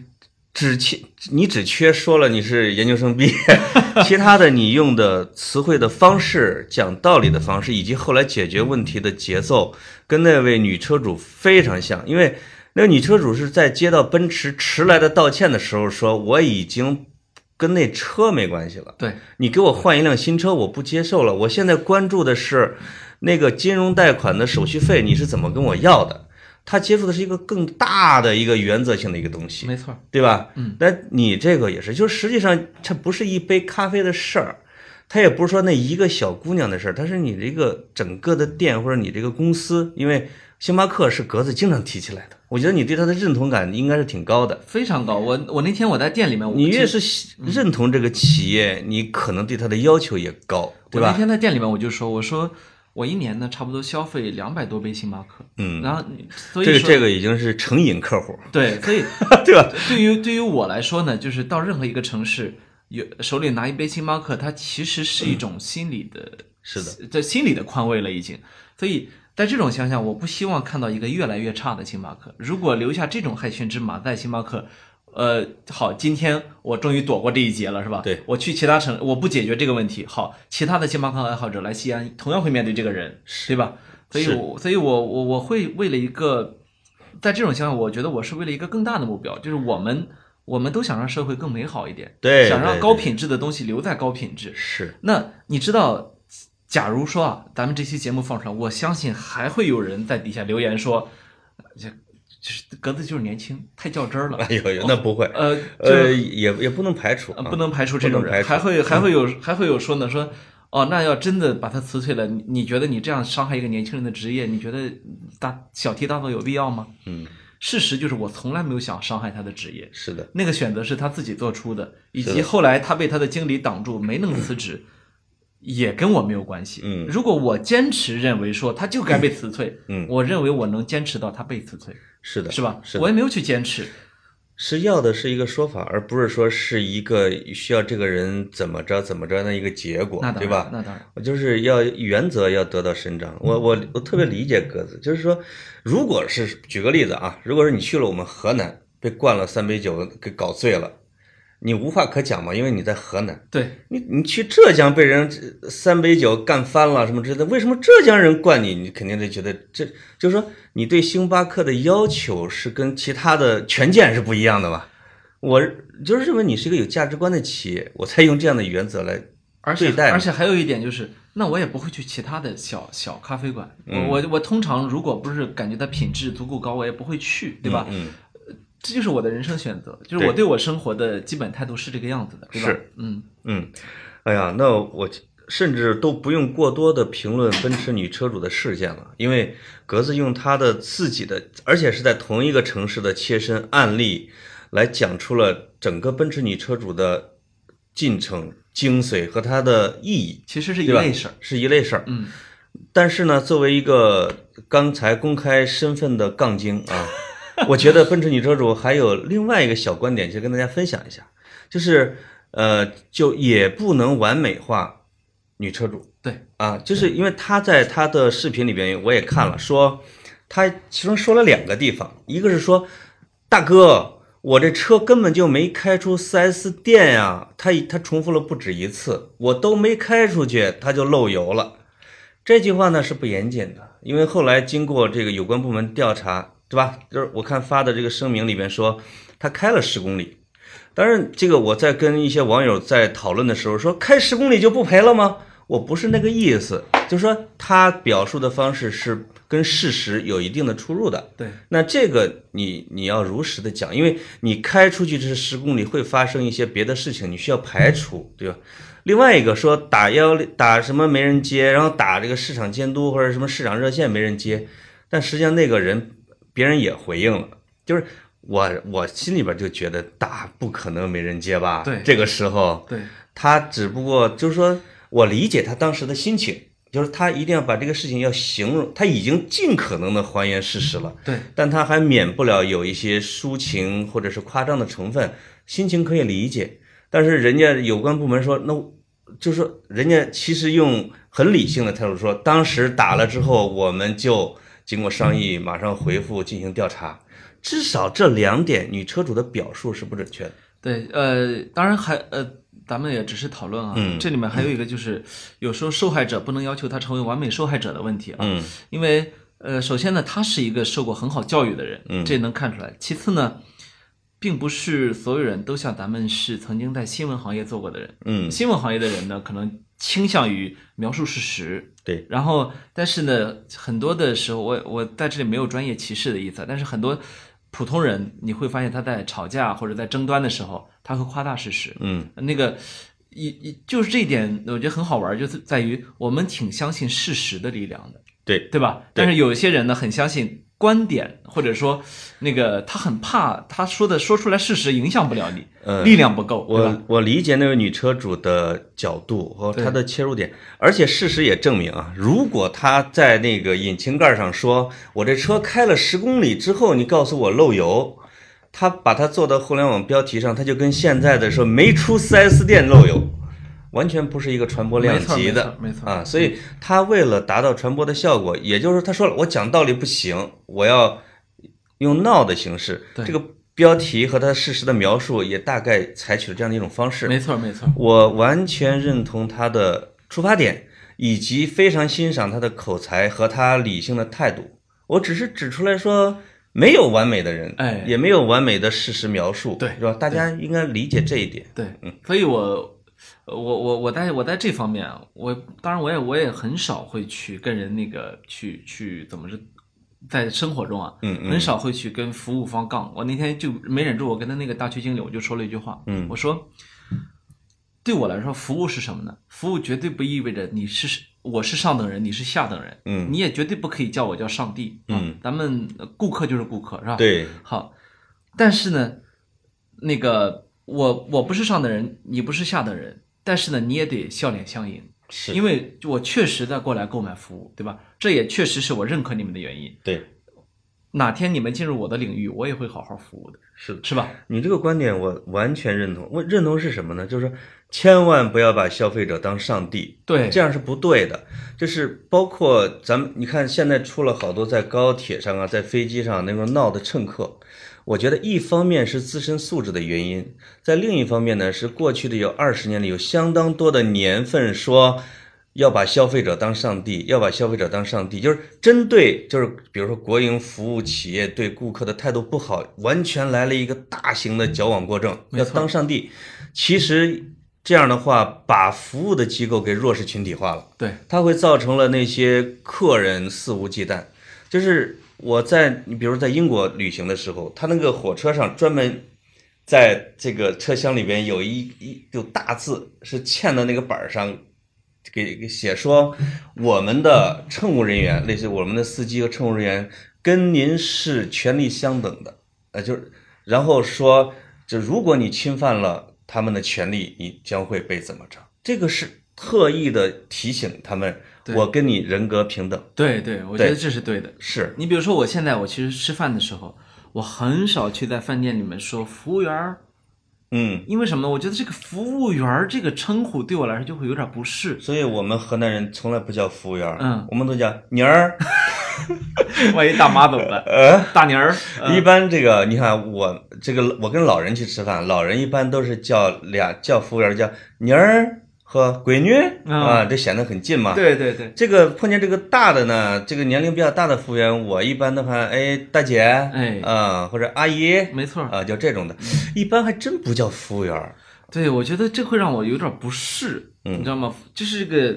Speaker 2: 只缺你只缺说了你是研究生毕业， 其他的你用的词汇的方式、讲道理的方式，以及后来解决问题的节奏，跟那位女车主非常像。因为那个女车主是在接到奔驰迟来的道歉的时候说：“我已经跟那车没关系了。”
Speaker 1: 对，
Speaker 2: 你给我换一辆新车，我不接受了。我现在关注的是那个金融贷款的手续费，你是怎么跟我要的？他接触的是一个更大的一个原则性的一个东西，
Speaker 1: 没错，
Speaker 2: 对吧？
Speaker 1: 嗯，
Speaker 2: 但你这个也是，就是实际上它不是一杯咖啡的事儿，它也不是说那一个小姑娘的事儿，它是你这个整个的店或者你这个公司，因为星巴克是格子经常提起来的，我觉得你对它的认同感应该是挺高的。
Speaker 1: 非常高。我我那天我在店里面，我
Speaker 2: 你
Speaker 1: 记
Speaker 2: 越是喜认同这个企业，你可能对它的要求也高，对
Speaker 1: 我那
Speaker 2: 吧？
Speaker 1: 天在店里面我就说，我说我一年呢差不多消费两百多杯星巴克，
Speaker 2: 嗯，
Speaker 1: 然后你所以
Speaker 2: 这个
Speaker 1: 说
Speaker 2: 这个已经是成瘾客户，
Speaker 1: 对，所以
Speaker 2: 对吧？
Speaker 1: 对于对于我来说呢，就是到任何一个城市，有手里拿一杯星巴克，它其实是一种心理的，
Speaker 2: 嗯是
Speaker 1: 的，这心理的宽慰了已经。所以在这种情况下，我不希望看到一个越来越差的星巴克。如果留下这种害群之马在星巴克。呃，好，今天我终于躲过这一劫了，是吧？
Speaker 2: 对，
Speaker 1: 我去其他城，我不解决这个问题。好，其他的星巴克爱好者来西安，同样会面对这个人，对吧？所以
Speaker 2: 是
Speaker 1: 我，所以我我我会为了一个在这种情况下，我觉得我是为了一个更大的目标，就是我们我们都想让社会更美好一点，
Speaker 2: 对
Speaker 1: 想让
Speaker 2: 对
Speaker 1: 高
Speaker 2: 对
Speaker 1: 品质的东西留在高品质。
Speaker 2: 是，
Speaker 1: 那你知道，假如说啊，咱们这期节目放出来，我相信还会有人在底下留言说，呃这就是格子就是年轻，太较真儿了。
Speaker 2: 哎呦呦，那不会，
Speaker 1: 呃，
Speaker 2: 呃，
Speaker 1: 就是
Speaker 2: 也也不能排除，啊
Speaker 1: 呃不能排除这种
Speaker 2: 不能
Speaker 1: 人，
Speaker 2: 排
Speaker 1: 还
Speaker 2: 除嗯
Speaker 1: 会还会有还会有说呢，说哦，那要真的把他辞退了，你你觉得你这样伤害一个年轻人的职业，你觉得大小题大做有必要吗？
Speaker 2: 嗯，
Speaker 1: 事实就是我从来没有想伤害他的职业，
Speaker 2: 是的，
Speaker 1: 那个选择是他自己做出的，以
Speaker 2: 是
Speaker 1: 及
Speaker 2: 的
Speaker 1: 后来他被他的经理挡住没能辞职，也跟我没有关系。
Speaker 2: 嗯
Speaker 1: 如果我坚持认为说他就该被辞退，
Speaker 2: 嗯
Speaker 1: 我认为我能坚持到他被辞退，
Speaker 2: 是的，
Speaker 1: 是吧？
Speaker 2: 是
Speaker 1: 我
Speaker 2: 的，
Speaker 1: 也没有去坚持，
Speaker 2: 是要的是一个说法，而不是说是一个需要这个人怎么着怎么着的一个结果
Speaker 1: 那，当然，
Speaker 2: 对吧？
Speaker 1: 那当然，
Speaker 2: 我就是要原则要得到伸张。我我我特别理解鸽子，就是说，如果是举个例子啊，如果是你去了我们河南，被灌了三杯酒给搞醉了，你无话可讲嘛，因为你在河南。
Speaker 1: 对，
Speaker 2: 你你去浙江被人呃三杯酒干翻了什么之类的，为什么浙江人灌你？你肯定得觉得这就是说你对星巴克的要求是跟其他的权健是不一样的嘛。我就是认为你是一个有价值观的企业，我才用这样的原则来
Speaker 1: 而且
Speaker 2: 对待
Speaker 1: 而
Speaker 2: 嘛。
Speaker 1: 且还有一点就是，那我也不会去其他的小小咖啡馆。
Speaker 2: 嗯
Speaker 1: 我我我通常如果不是感觉它品质足够高，我也不会去，对吧？
Speaker 2: 嗯，嗯
Speaker 1: 这就是我的人生选择，就是我对我生活的基本态度是这个样子的，对吧？
Speaker 2: 是，
Speaker 1: 嗯，
Speaker 2: 嗯，哎呀，那我甚至都不用过多的评论奔驰女车主的事件了，因为格子用她的自己的，而且是在同一个城市的切身案例，来讲出了整个奔驰女车主的进程、精髓和它的意义，
Speaker 1: 其实是一
Speaker 2: 对吧？
Speaker 1: 类事儿。
Speaker 2: 是一类事儿。
Speaker 1: 嗯，
Speaker 2: 但是呢，作为一个刚才公开身份的杠精啊，我觉得奔驰女车主还有另外一个小观点，就跟大家分享一下，就是呃，就也不能完美化女车主
Speaker 1: 对，
Speaker 2: 啊，就是因为她在她的视频里边我也看了，说她其中说了两个地方，一个是说大哥。我这车根本就没开出 4S 店呀、她她重复了不止一次，我都没开出去，它就漏油了。这句话呢是不严谨的，因为后来经过这个有关部门调查，对吧？就是我看发的这个声明里边说，他开了十公里。当然，这个我在跟一些网友在讨论的时候说，开十公里就不赔了吗？我不是那个意思，就说他表述的方式是跟事实有一定的出入的。
Speaker 1: 对，
Speaker 2: 那这个你你要如实的讲，因为你开出去这是十公里，会发生一些别的事情，你需要排除，对吧？另外一个说打幺打什么没人接，然后打这个市场监督或者什么市场热线没人接，但实际上那个人别人也回应了，就是我我心里边就觉得大不可能没人接吧。
Speaker 1: 对
Speaker 2: 这个时候
Speaker 1: 对，
Speaker 2: 他只不过就是说我理解他当时的心情，就是他一定要把这个事情要形容，他已经尽可能的还原事实了。
Speaker 1: 对，
Speaker 2: 但他还免不了有一些抒情或者是夸张的成分，心情可以理解。但是人家有关部门说，那就是说人家其实用很理性的态度说，当时打了之后，我们就经过商议，马上回复进行调查。至少这两点，女车主的表述是不准确的。
Speaker 1: 对，呃，当然还呃，咱们也只是讨论啊。
Speaker 2: 嗯
Speaker 1: 这里面还有一个就是，有时候受害者不能要求他成为完美受害者的问题啊。
Speaker 2: 嗯
Speaker 1: 因为呃，首先呢，他是一个受过很好教育的人，
Speaker 2: 嗯
Speaker 1: 这能看出来。其次呢，并不是所有人都像咱们是曾经在新闻行业做过的人，
Speaker 2: 嗯，
Speaker 1: 新闻行业的人呢，可能倾向于描述事实。
Speaker 2: 对，
Speaker 1: 然后，但是呢，很多的时候，我我在这里没有专业歧视的意思啊，但是很多普通人，你会发现他在吵架或者在争端的时候，他会夸大事实。
Speaker 2: 嗯
Speaker 1: 那个，一一就是这一点，我觉得很好玩，就是在于我们挺相信事实的力量的，
Speaker 2: 对，
Speaker 1: 对吧？
Speaker 2: 对
Speaker 1: 但是有一些人呢，很相信观点，或者说那个他很怕他说的说出来事实影响不了你，
Speaker 2: 嗯
Speaker 1: 力量不够，对吧
Speaker 2: 我我理解那位女车主的角度和
Speaker 1: 对
Speaker 2: 她的切入点，而且事实也证明啊，如果她在那个引擎盖上说“我这车开了十公里之后，你告诉我漏油”，她把它做到互联网标题上，她就跟现在的说没出 4S 店漏油，完全不是一个传播量级
Speaker 1: 没错没
Speaker 2: 的。
Speaker 1: 错没错
Speaker 2: 啊，所以她为了达到传播的效果，也就是她说了，我讲道理不行，我要用闹的形式。
Speaker 1: 对
Speaker 2: 这个标题和它事实的描述也大概采取了这样的一种方式。
Speaker 1: 没错没错，
Speaker 2: 我完全认同他的出发点，以及非常欣赏他的口才和他理性的态度。我只是指出来说，没有完美的人，
Speaker 1: 哎
Speaker 2: 也没有完美的事实描述，
Speaker 1: 对
Speaker 2: 是吧？大家应该理解这一点。
Speaker 1: 对，所以我我我我在我在这方面，啊，我当然我也我也很少会去跟人那个去去怎么是。在生活中啊，
Speaker 2: 嗯嗯
Speaker 1: 很少会去跟服务方杠。我那天就没忍住，我跟他那个大区经理，我就说了一句话，
Speaker 2: 嗯
Speaker 1: 我说，对我来说，服务是什么呢？服务绝对不意味着你是我是上等人，你是下等人，
Speaker 2: 嗯
Speaker 1: 你也绝对不可以叫我叫上帝，啊
Speaker 2: 嗯，
Speaker 1: 咱们呃顾客就是顾客，是吧？
Speaker 2: 对，
Speaker 1: 好，但是呢，那个我我不是上等人，你不是下等人，但是呢，你也得笑脸相迎，
Speaker 2: 是，
Speaker 1: 因为我确实在过来购买服务，对吧？这也确实是我认可你们的原因。
Speaker 2: 对，
Speaker 1: 哪天你们进入我的领域，我也会好好服务的，
Speaker 2: 是的。
Speaker 1: 是吧？
Speaker 2: 你这个观点我完全认同。我认同是什么呢？就是千万不要把消费者当上帝，
Speaker 1: 对，
Speaker 2: 这样是不对的。就是包括咱们，你看现在出了好多在高铁上啊，在飞机上那种闹的乘客。我觉得一方面是自身素质的原因，在另一方面呢是过去的有二十年里有相当多的年份说要把消费者当上帝，要把消费者当上帝，就是针对就是比如说国营服务企业对顾客的态度不好，完全来了一个大型的矫枉过正，
Speaker 1: 没
Speaker 2: 要
Speaker 1: 错
Speaker 2: 当上帝。其实这样的话，把服务的机构给弱势群体化了。
Speaker 1: 对，
Speaker 2: 它会造成了那些客人肆无忌惮。就是我在你比如在英国旅行的时候，他那个火车上专门在这个车厢里边有一一有大字是嵌到那个板儿上。给给写说，我们的乘务人员，类似于我们的司机和乘务人员，跟您是权利相等的，呃，就是，然后说，这如果你侵犯了他们的权利，你将会被怎么着？这个是特意的提醒他们，
Speaker 1: 对
Speaker 2: 我跟你人格平等，
Speaker 1: 对对，我觉得
Speaker 2: 对
Speaker 1: 这是对的。
Speaker 2: 是
Speaker 1: 你比如说，我现在我其实吃饭的时候，我很少去在饭店里面说服务员儿，
Speaker 2: 嗯，
Speaker 1: 因为什么呢？我觉得这个服务员儿这个称呼对我来说就会有点不适。
Speaker 2: 所以我们河南人从来不叫服务员，
Speaker 1: 嗯，
Speaker 2: 我们都叫妮儿。
Speaker 1: 万一大妈怎么办？呃，大妮儿，
Speaker 2: 一般这个你看我这个我跟老人去吃饭，老人一般都是叫俩叫服务员叫妮儿和闺女
Speaker 1: 嗯
Speaker 2: 啊，这显得很近嘛。
Speaker 1: 对对对，
Speaker 2: 这个碰见这个大的呢，这个年龄比较大的服务员，我一般的话，哎，大姐，
Speaker 1: 哎嗯
Speaker 2: 啊、或者阿姨，
Speaker 1: 没错儿。
Speaker 2: 啊，就这种的，一般还真不叫服务员儿。
Speaker 1: 对，我觉得这会让我有点不适，
Speaker 2: 嗯
Speaker 1: 你知道吗？就是这个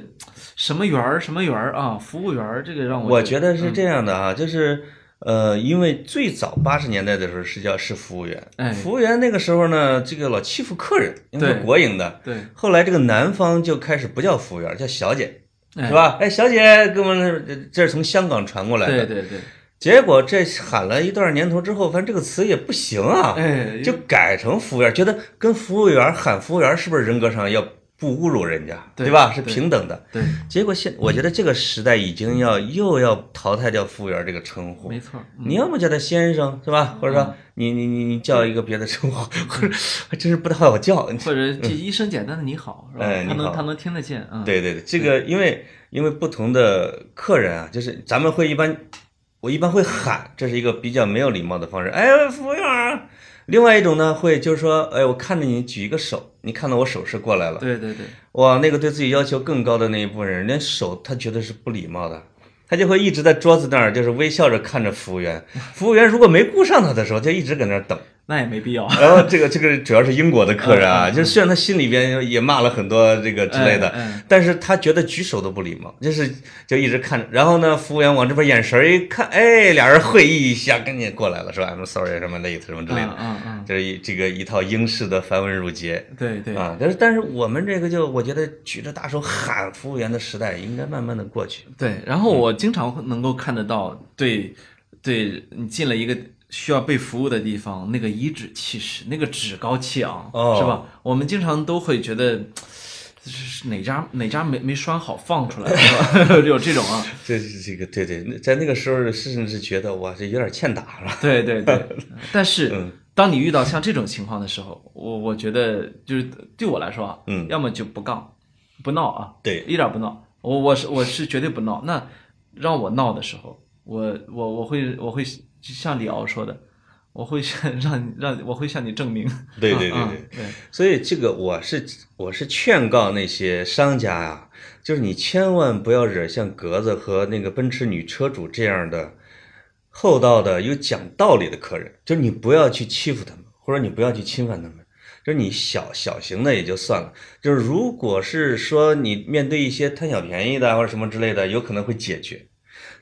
Speaker 1: 什么员儿什么员儿啊，服务员儿这个让我
Speaker 2: 我
Speaker 1: 觉嗯
Speaker 2: 觉得是这样的啊，就是呃，因为最早八十年代的时候是叫是服务员，
Speaker 1: 哎
Speaker 2: 服务员那个时候呢，这个老欺负客人，因为是
Speaker 1: 对
Speaker 2: 国营的。
Speaker 1: 对，
Speaker 2: 后来这个南方就开始不叫服务员儿，叫小姐，
Speaker 1: 哎
Speaker 2: 是？吧？哎，小姐，给我们这这是从香港传过来
Speaker 1: 对
Speaker 2: 的。
Speaker 1: 对对，
Speaker 2: 结果这喊了一段年头之后，反正这个词也不行啊，
Speaker 1: 哎，
Speaker 2: 就改成服务员，觉得跟服务员喊服务员是不是人格上要不侮辱人家，
Speaker 1: 对
Speaker 2: 吧？是
Speaker 1: 对
Speaker 2: 平等的。
Speaker 1: 对，
Speaker 2: 结果现我觉得这个时代已经要又要淘汰掉服务员这个称呼，
Speaker 1: 没嗯错儿，嗯
Speaker 2: 你要么叫他先生是吧？或者说你你你你叫一个别的称呼，或者还真是不太好叫。
Speaker 1: 或者这一声简单的你好，是吧
Speaker 2: 嗯哎？你
Speaker 1: 他
Speaker 2: 好
Speaker 1: 能他能听得见啊。嗯，
Speaker 2: 对对对，这个因为因为不同的客人啊，就是咱们会一般，我一般会喊，这是一个比较没有礼貌的方式。哎，服务员儿。另外一种呢，会就是说，哎，我看着你举一个手，你看到我手势过来了，
Speaker 1: 对对对，
Speaker 2: 哇，那个对自己要求更高的那一部分人，连手他觉得是不礼貌的，他就会一直在桌子那儿就是微笑着看着服务员。服务员如果没顾上他的时候，就一直搁那儿等。
Speaker 1: 那也没必要。
Speaker 2: 然后这个这个主要是英国的客人啊，就是虽然他心里边也骂了很多这个之类的，
Speaker 1: 嗯哎哎
Speaker 2: 但是他觉得举手都不礼貌，就是就一直看着。然后呢，服务员往这边眼神儿一看，哎，俩人会意一下，赶紧过来了，说 I'm sorry 什么 late 什么之类的，
Speaker 1: 嗯嗯
Speaker 2: 这是一这个一套英式的繁文缛节。
Speaker 1: 嗯，对对。
Speaker 2: 啊，但是但是我们这个就我觉得举着大手喊服务员的时代应该慢慢的过去。
Speaker 1: 对，然后我经常会能够看得到对，对你进了一个需要被服务的地方，那个颐指气使，那个趾高气昂，
Speaker 2: 哦
Speaker 1: 是吧？我们经常都会觉得。是哪家哪家没没拴好放 出来，是吧 有这种啊？
Speaker 2: 这是这个对对，那在那个时候甚至觉得哇，这有点欠打了。
Speaker 1: 对对对。 但
Speaker 2: 嗯
Speaker 1: 是当你遇到像这种情况的时候，我我觉得就是对我来说啊，
Speaker 2: 嗯
Speaker 1: 要么就不杠，不闹啊，
Speaker 2: 对
Speaker 1: 一点不闹。我我是我是绝对不闹。那让我闹的时候，我我我会我会像李敖说的，我会向 让让我会向你证明。
Speaker 2: 对对对
Speaker 1: 啊
Speaker 2: 对
Speaker 1: 对
Speaker 2: 所以这个我是我是劝告那些商家啊，就是你千万不要惹像格子和那个奔驰女车主这样的厚道的有讲道理的客人，就是你不要去欺负他们，或者你不要去侵犯他们。就是你小小型的也就算了，就是如果是说你面对一些贪小便宜的啊或者什么之类的，有可能会解决。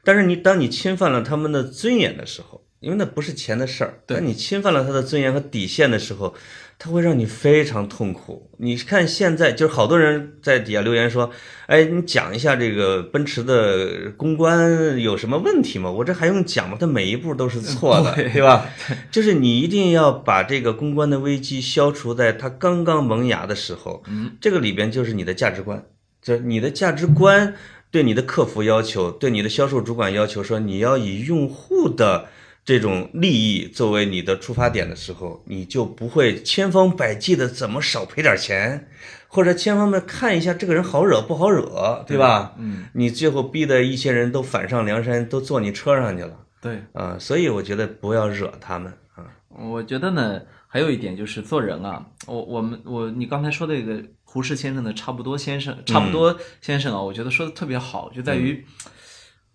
Speaker 2: 但是你当你侵犯了他们的尊严的时候，因为那不是钱的事儿，
Speaker 1: 对
Speaker 2: 当你侵犯了他的尊严和底线的时候，他会让你非常痛苦。你看现在就是好多人在底下留言说：“哎，你讲一下这个奔驰的公关有什么问题吗？”我这还用讲吗？它每一步都是错的，
Speaker 1: 对
Speaker 2: 对吧？就是你一定要把这个公关的危机消除在它刚刚萌芽的时候。
Speaker 1: 嗯，
Speaker 2: 这个里边就是你的价值观，就是你的价值观对你的客服要求，对你的销售主管要求，说你要以用户的这种利益作为你的出发点的时候，你就不会千方百计的怎么少赔点钱，或者千方百看一下这个人好惹不好惹，对吧？
Speaker 1: 嗯，
Speaker 2: 你最后逼得一些人都反上梁山，都坐你车上去了
Speaker 1: 对，
Speaker 2: 啊、所以我觉得不要惹他们啊，
Speaker 1: 我觉得呢，还有一点就是做人啊，我我们我你刚才说的一个胡适先生的差不多先生，差不
Speaker 2: 嗯
Speaker 1: 多先生啊，我觉得说的特别好，就在于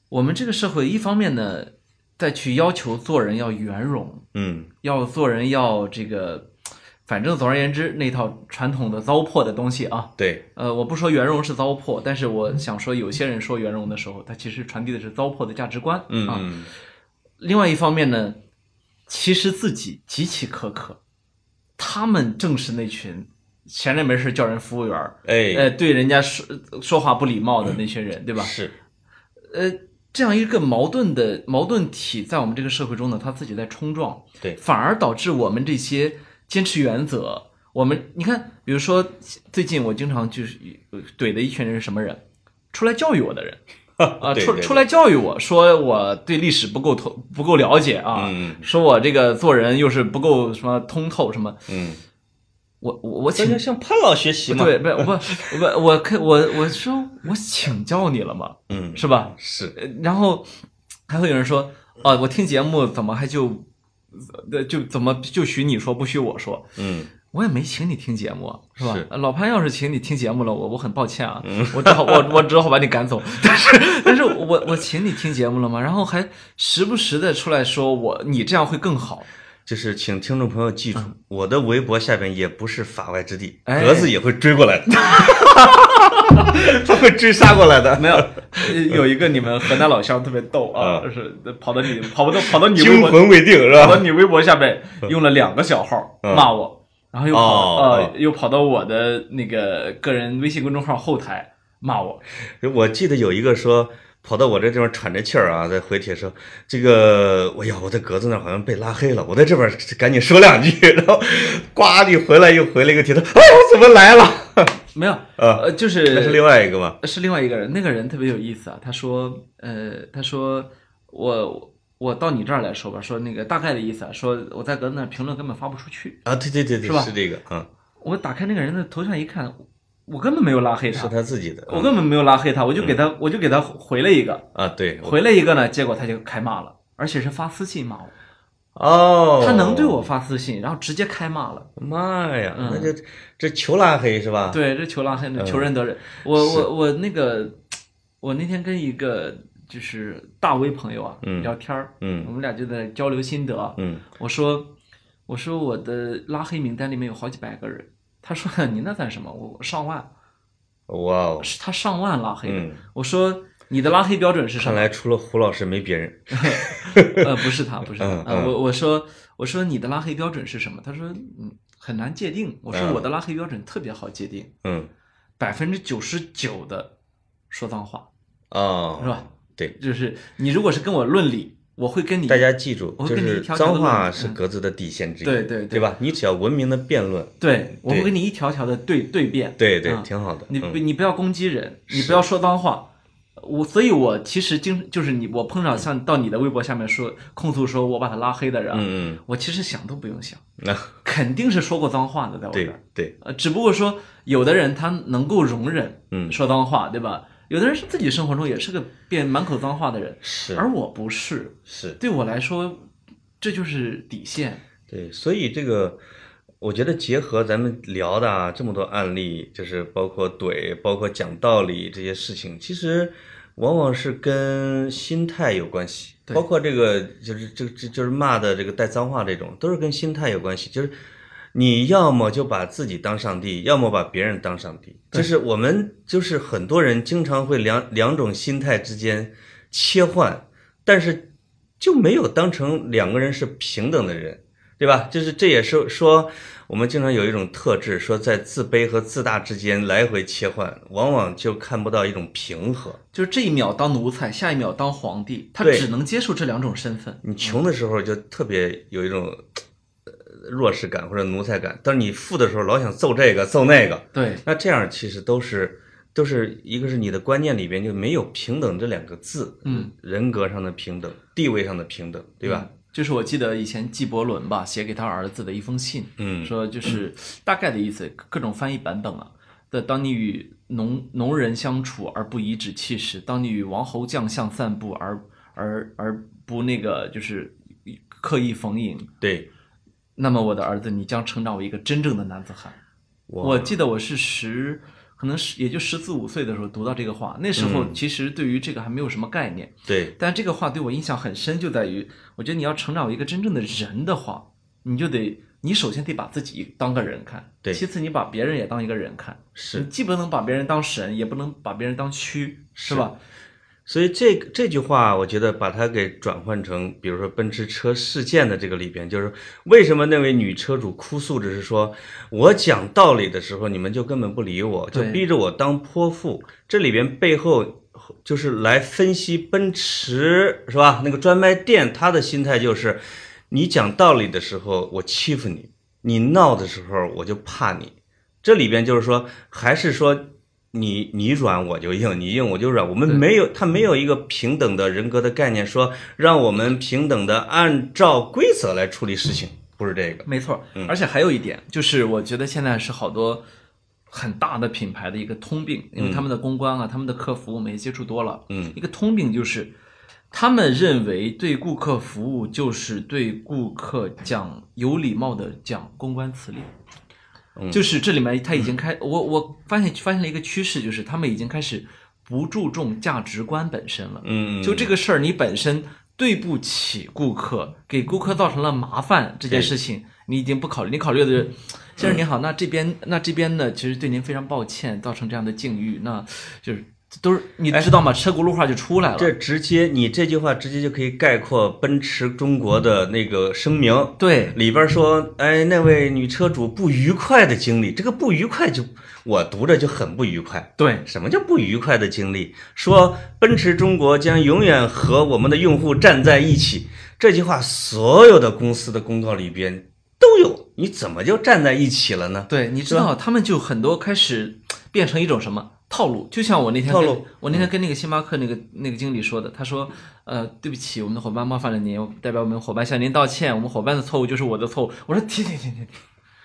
Speaker 1: 我们这个社会，一方面呢，再去要求做人要圆融，
Speaker 2: 嗯
Speaker 1: 要做人要这个，反正总而言之，那套传统的糟粕的东西啊，
Speaker 2: 对，
Speaker 1: 呃，我不说圆融是糟粕，但是我想说，有些人说圆融的时候，他其实传递的是糟粕的价值观，
Speaker 2: 嗯
Speaker 1: 啊，
Speaker 2: 嗯
Speaker 1: 另外一方面呢，其实自己极其苛刻，他们正是那群闲着没事叫人服务员儿，
Speaker 2: 哎，
Speaker 1: 呃，对人家说说话不礼貌的那些人，对吧？
Speaker 2: 是，
Speaker 1: 呃，这样一个矛盾的矛盾体在我们这个社会中呢，它自己在冲撞，
Speaker 2: 对
Speaker 1: 反而导致我们这些坚持原则，我们你看，比如说最近我经常就是呃怼的一群人是什么人？出来教育我的 人啊，
Speaker 2: 对
Speaker 1: 出
Speaker 2: 对
Speaker 1: 出来教育我说我对历史不够通不够了解啊，
Speaker 2: 嗯
Speaker 1: 说我这个做人又是不够什么通透什么，
Speaker 2: 嗯。
Speaker 1: 我我我
Speaker 2: 这
Speaker 1: 请
Speaker 2: 就向潘老学习嘛。
Speaker 1: 对，不不不我可我我说我请教你了嘛，
Speaker 2: 嗯，
Speaker 1: 是吧？
Speaker 2: 是，
Speaker 1: 呃然后还会有人说，哦、我听节目怎么还就，呃，就怎么就许你说不许我说，
Speaker 2: 嗯，
Speaker 1: 我也没请你听节目啊，是吧？
Speaker 2: 是嗯
Speaker 1: 呃老潘要是请你听节目了，我我很抱歉啊，我只好我我只好把你赶走。但是但是我我请你听节目了吗？然后还时不时的出来说我你这样会更好，
Speaker 2: 就是请听众朋友记住，我的微博下边也不是法外之地，
Speaker 1: 哎
Speaker 2: 格子也会追 过来的，他会追杀过来的。
Speaker 1: 没有，呃有一个你们河南老乡特别逗啊，
Speaker 2: 啊
Speaker 1: 就是跑到你跑到跑到你微
Speaker 2: 惊
Speaker 1: 博
Speaker 2: 魂未定是
Speaker 1: 跑到
Speaker 2: 吧？
Speaker 1: 你微博下面用了两个小号
Speaker 2: 嗯
Speaker 1: 骂我，然后又跑、
Speaker 2: 哦
Speaker 1: 呃又跑到我的那个个人微信公众号后台骂我，
Speaker 2: 我记得有一个说跑到我这地方喘着气儿啊，再回帖说这个，哎呀，我在格子那儿好像被拉黑了，我在这边赶紧说两句，然后呱地回来又回了一个帖子，哎，我怎么来了？
Speaker 1: 没有，
Speaker 2: 啊
Speaker 1: 呃，就是
Speaker 2: 那是另外一个吧？
Speaker 1: 是另外一个人，那个人特别有意思啊。他说，呃，他说我我到你这儿来说吧，说那个大概的意思啊，说我在格子那儿评论根本发不出去。
Speaker 2: 啊，对对对对，
Speaker 1: 是吧啊
Speaker 2: 这个，嗯，
Speaker 1: 我打开那个人的头像一看，我根本没有拉黑
Speaker 2: 是
Speaker 1: 他，
Speaker 2: 他自己的，嗯
Speaker 1: 我根本没有拉黑他，我就给他、我就给他回了一个，
Speaker 2: 啊，对，我
Speaker 1: 回了一个呢，结果他就开骂了，而且是发私信骂我。
Speaker 2: 哦，
Speaker 1: 他能对我发私信，然后直接开骂了。
Speaker 2: 妈呀，
Speaker 1: 嗯
Speaker 2: 那就这求拉黑是吧？，
Speaker 1: 对，这求拉
Speaker 2: 嗯
Speaker 1: 黑的，求人得人。我我我那个，我那天跟一个就是大 V 朋友啊、
Speaker 2: 嗯
Speaker 1: 聊天儿，我
Speaker 2: 嗯
Speaker 1: 们俩就在交流心得。
Speaker 2: 嗯，
Speaker 1: 我说我说我的拉黑名单里面有好几百个人，他说 你那算什么？我上万，
Speaker 2: 哇哦，
Speaker 1: 是他上万拉黑的。
Speaker 2: 嗯
Speaker 1: 我说你的拉黑标准是什
Speaker 2: 看
Speaker 1: 么？
Speaker 2: 来除了胡老师没别人，
Speaker 1: 呃，不是他，不是他。
Speaker 2: 嗯
Speaker 1: 呃，
Speaker 2: 嗯
Speaker 1: 我我说我说你的拉黑标准是什么？他说嗯很难界定。我说
Speaker 2: 嗯
Speaker 1: 我的拉黑标准特别好界定，
Speaker 2: 嗯，
Speaker 1: 百分之九十九的说脏话
Speaker 2: 哦，
Speaker 1: 是？吧？
Speaker 2: 对，
Speaker 1: 就是你如果是跟我论理，我会跟你
Speaker 2: 大家记住
Speaker 1: 我，会
Speaker 2: 就
Speaker 1: 跟你
Speaker 2: 是
Speaker 1: 挑挑的
Speaker 2: 脏话
Speaker 1: 问嗯
Speaker 2: 是格子的底线之一，
Speaker 1: 对对对
Speaker 2: 对吧？你只要文明的辩论，
Speaker 1: 对，我会
Speaker 2: 对
Speaker 1: 跟你一条条的对对辩。
Speaker 2: 对对
Speaker 1: 嗯，
Speaker 2: 挺好的。
Speaker 1: 你不
Speaker 2: 嗯
Speaker 1: 你不要攻击人，你不要说脏话。我所以，我其实经就是你，我碰上像到你的微博下面说控诉说我把他拉黑的人，
Speaker 2: 嗯嗯，
Speaker 1: 我其实想都不用想，
Speaker 2: 那
Speaker 1: 肯定是说过脏话的，在我这
Speaker 2: 对
Speaker 1: 儿。
Speaker 2: 对，
Speaker 1: 呃，只不过说有的人他能够容忍
Speaker 2: 嗯
Speaker 1: 说脏话，对吧？有的人是自己生活中也是个变满口脏话的人，
Speaker 2: 是
Speaker 1: 而我不是，
Speaker 2: 是，
Speaker 1: 对我来说这就是底线。
Speaker 2: 对，所以这个。我觉得结合咱们聊的啊，这么多案例，就是包括怼，包括讲道理这些事情，其实往往是跟心态有关系。
Speaker 1: 对
Speaker 2: 包括这个就是这这就是骂的这个带脏话这种，都是跟心态有关系。就是你要么就把自己当上帝，要么把别人当上帝。就是我们就是很多人经常会两两种心态之间切换，但是就没有当成两个人是平等的人。对吧？就是这也是说，我们经常有一种特质，说在自卑和自大之间来回切换，往往就看不到一种平和。
Speaker 1: 就是这一秒当奴才，下一秒当皇帝，他
Speaker 2: 对
Speaker 1: 只能接受这两种身份。
Speaker 2: 你穷的时候就特别有一种呃弱势感或者奴才感，但是你富的时候老想揍这个揍那个，
Speaker 1: 对，
Speaker 2: 那这样其实都是都是一个是你的观念里边就没有平等这两个字，
Speaker 1: 嗯，
Speaker 2: 人格上的平等，地位上的平等，对吧？
Speaker 1: 就是我记得以前纪伯伦吧写给他儿子的一封信，
Speaker 2: 嗯
Speaker 1: 说就是大概的意思，各种翻译版本啊。的，当你与农农人相处而不颐指气使，当你与王侯将相散步而而而不那个就是刻意逢迎，
Speaker 2: 对，
Speaker 1: 那么我的儿子，你将成长为一个真正的男子汉。
Speaker 2: 哇
Speaker 1: 我记得我是十，可能是也就十四五岁的时候读到这个话，那时候其实对于这个还没有什么概念，
Speaker 2: 对，
Speaker 1: 但这个话对我印象很深，就在于我觉得你要成长为一个真正的人的话，你就得你首先得把自己当个人看，
Speaker 2: 对
Speaker 1: 其次你把别人也当一个人看，
Speaker 2: 是
Speaker 1: 你既不能把别人当神，也不能把别人当蛆，是吧？
Speaker 2: 所以这个这句话，我觉得把它给转换成，比如说奔驰车事件的这个里边，就是为什么那位女车主哭诉着是说，我讲道理的时候，你们就根本不理我，就
Speaker 1: 对
Speaker 2: 逼着我当泼妇。这里边背后就是来分析奔驰是吧？那个专卖店他的心态就是，你讲道理的时候我欺负你，你闹的时候我就怕你。这里边就是说，还是说你你软我就硬，你硬我就软。我们
Speaker 1: 对
Speaker 2: 没有他没有一个平等的人格的概念，说让我们平等的按照规则来处理事情，不是这个。
Speaker 1: 没错，而且还有一点，就是我觉得现在是好多很大的品牌的一个通病，因为他们的公关啊，他们的客服我们也接触多了，
Speaker 2: 嗯，
Speaker 1: 一个通病就是他们认为对顾客服务就是对顾客讲有礼貌的讲公关词令。就是这里面他已经开，我我发现发现了一个趋势，就是他们已经开始不注重价值观本身了。
Speaker 2: 嗯，
Speaker 1: 就这个事儿，你本身对不起顾客，给顾客造成了麻烦这件事情，你已经不考虑，你考虑的
Speaker 2: 嗯
Speaker 1: 是，先生您好，那这边那这边呢，其实对您非常抱歉，造成这样的境遇，那就是都是你知道吗？车轱辘话就出来了。
Speaker 2: 哎嗯这直接你这句话直接就可以概括奔驰中国的那个声明，
Speaker 1: 对，
Speaker 2: 里边说，哎，那位女车主不愉快的经历，这个不愉快就我读着就很不愉快。
Speaker 1: 对，
Speaker 2: 什么叫不愉快的经历？说奔驰中国将永远和我们的用户站在一起，这句话所有的公司的公告里边都有，你怎么就站在一起了呢？
Speaker 1: 对，你知道他们就很多开始变成一种什么套路？就像我那天
Speaker 2: 套
Speaker 1: 跟
Speaker 2: 路，
Speaker 1: 我那天跟那个星巴克那个那个经理说的，他说，呃，对不起，我们的伙伴冒犯了您，我代表我们伙伴向您道歉，我们伙伴的错误就是我的错误。我说停停停停，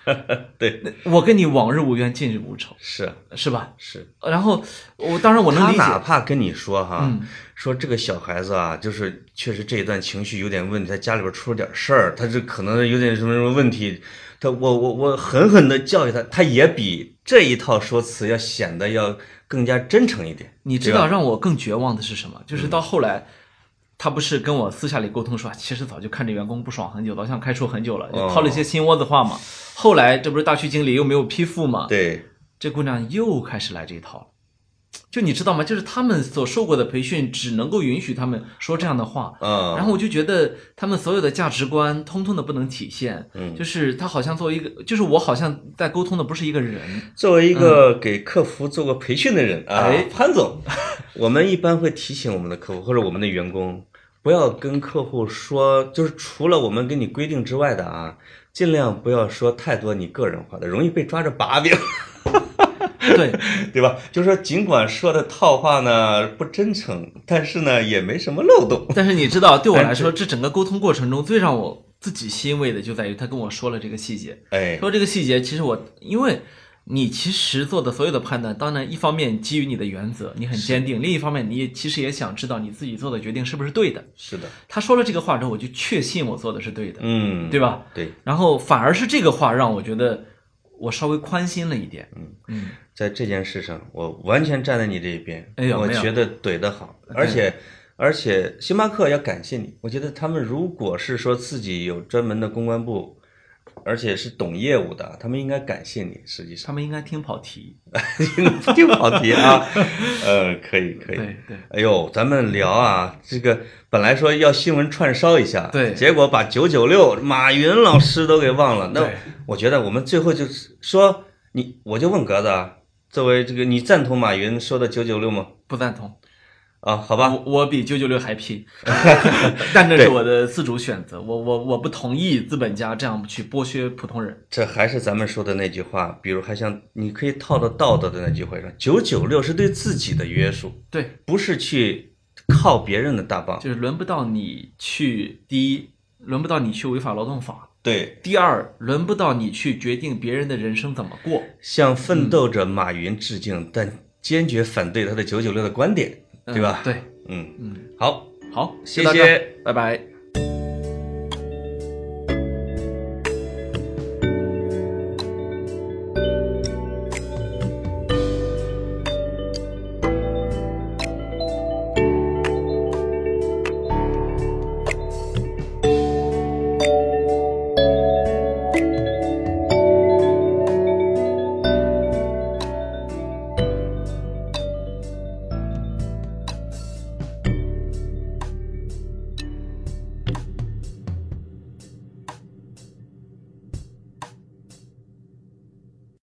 Speaker 2: 对，
Speaker 1: 停我跟你往日无冤，近日无仇，
Speaker 2: 是啊
Speaker 1: 是吧？
Speaker 2: 是。
Speaker 1: 然后我当然我能
Speaker 2: 他
Speaker 1: 理
Speaker 2: 哪
Speaker 1: 解，
Speaker 2: 怕跟你说哈，
Speaker 1: 嗯
Speaker 2: 说这个小孩子啊，就是确实这一段情绪有点问题，他家里边出了点事儿，他这可能有点什么什么问题，他我我我狠狠的教育他，他也比这一套说辞要显得要更加真诚一点。
Speaker 1: 你知
Speaker 2: 对吧啊嗯
Speaker 1: 道让我更绝望的是什么？就是到后来。他不是跟我私下里沟通说，啊其实早就看着员工不爽很久，老想开除很久了，
Speaker 2: 哦
Speaker 1: 就掏了一些心窝子话嘛。后来这不是大区经理又没有批复嘛，
Speaker 2: 对，
Speaker 1: 这姑娘又开始来这一套了。就你知道吗？就是他们所受过的培训只能够允许他们说这样的话，
Speaker 2: 嗯，
Speaker 1: 然后我就觉得他们所有的价值观通通的不能体现。
Speaker 2: 嗯
Speaker 1: 就是他好像作为一个，就是我好像在沟通的不是一个人。
Speaker 2: 作为一个给客服做过培训的人啊，
Speaker 1: 嗯哎
Speaker 2: 潘 总，我们一般会提醒我们的客户或者我们的员工，不要跟客户说，就是除了我们给你规定之外的啊，尽量不要说太多你个人化的，容易被抓着把柄，
Speaker 1: 对，
Speaker 2: 对吧？就是说，尽管说的套话呢不真诚，但是呢也没什么漏洞。
Speaker 1: 但是你知哎道，对我来说，这整个沟通过程中最让我自己欣慰的就在于他跟我说了这个细节。
Speaker 2: 哎，
Speaker 1: 说这个细节，其实我因为你其实做的所有的判断，当然一方面基于你的原则，你很坚定；另一方面，你也其实也想知道你自己做的决定是不是对的。
Speaker 2: 是的，
Speaker 1: 他说了这个话之后，我就确信我做的是对的，
Speaker 2: 嗯，
Speaker 1: 对吧？
Speaker 2: 对，
Speaker 1: 然后反而是这个话让我觉得我稍微宽心了一点。嗯嗯，
Speaker 2: 在这件事上，我完全站在你这一边。
Speaker 1: 哎呦
Speaker 2: 我
Speaker 1: 没有
Speaker 2: 觉得怼得好，而且而且星巴克要感谢你。我觉得他们如果是说自己有专门的公关部，而且是懂业务的，他们应该感谢你。实际上，
Speaker 1: 他们应该听跑题。
Speaker 2: 这个跑题啊， 呃，可以可以。
Speaker 1: 对对。
Speaker 2: 哎呦，咱们聊啊，这个本来说要新闻串烧一下，
Speaker 1: 对
Speaker 2: 结果把九九六马云老师都给忘了。那
Speaker 1: 对
Speaker 2: 我觉得我们最后就是说，你我就问格子啊，作为这个你赞同马云说的九九六吗？
Speaker 1: 不赞同，
Speaker 2: 啊，好吧，
Speaker 1: 我我比九九六还 拼，但这是我的自主选择，我我我不同意资本家这样去剥削普通人。
Speaker 2: 这还是咱们说的那句话，比如还像你可以套到道德的那句话上，九九六是对自己的约束，
Speaker 1: 对，
Speaker 2: 不是去靠别人的大棒。
Speaker 1: 就是轮不到你去，第一，轮不到你去违法劳动法；
Speaker 2: 对，
Speaker 1: 第二，轮不到你去决定别人的人生怎么过。
Speaker 2: 向奋斗者马云致敬，但坚决反对他的九九六的观点，
Speaker 1: 嗯
Speaker 2: 对吧？
Speaker 1: 对，
Speaker 2: 嗯，
Speaker 1: 嗯，
Speaker 2: 好，
Speaker 1: 好，
Speaker 2: 谢
Speaker 1: 就到这儿
Speaker 2: 谢，
Speaker 1: 拜拜。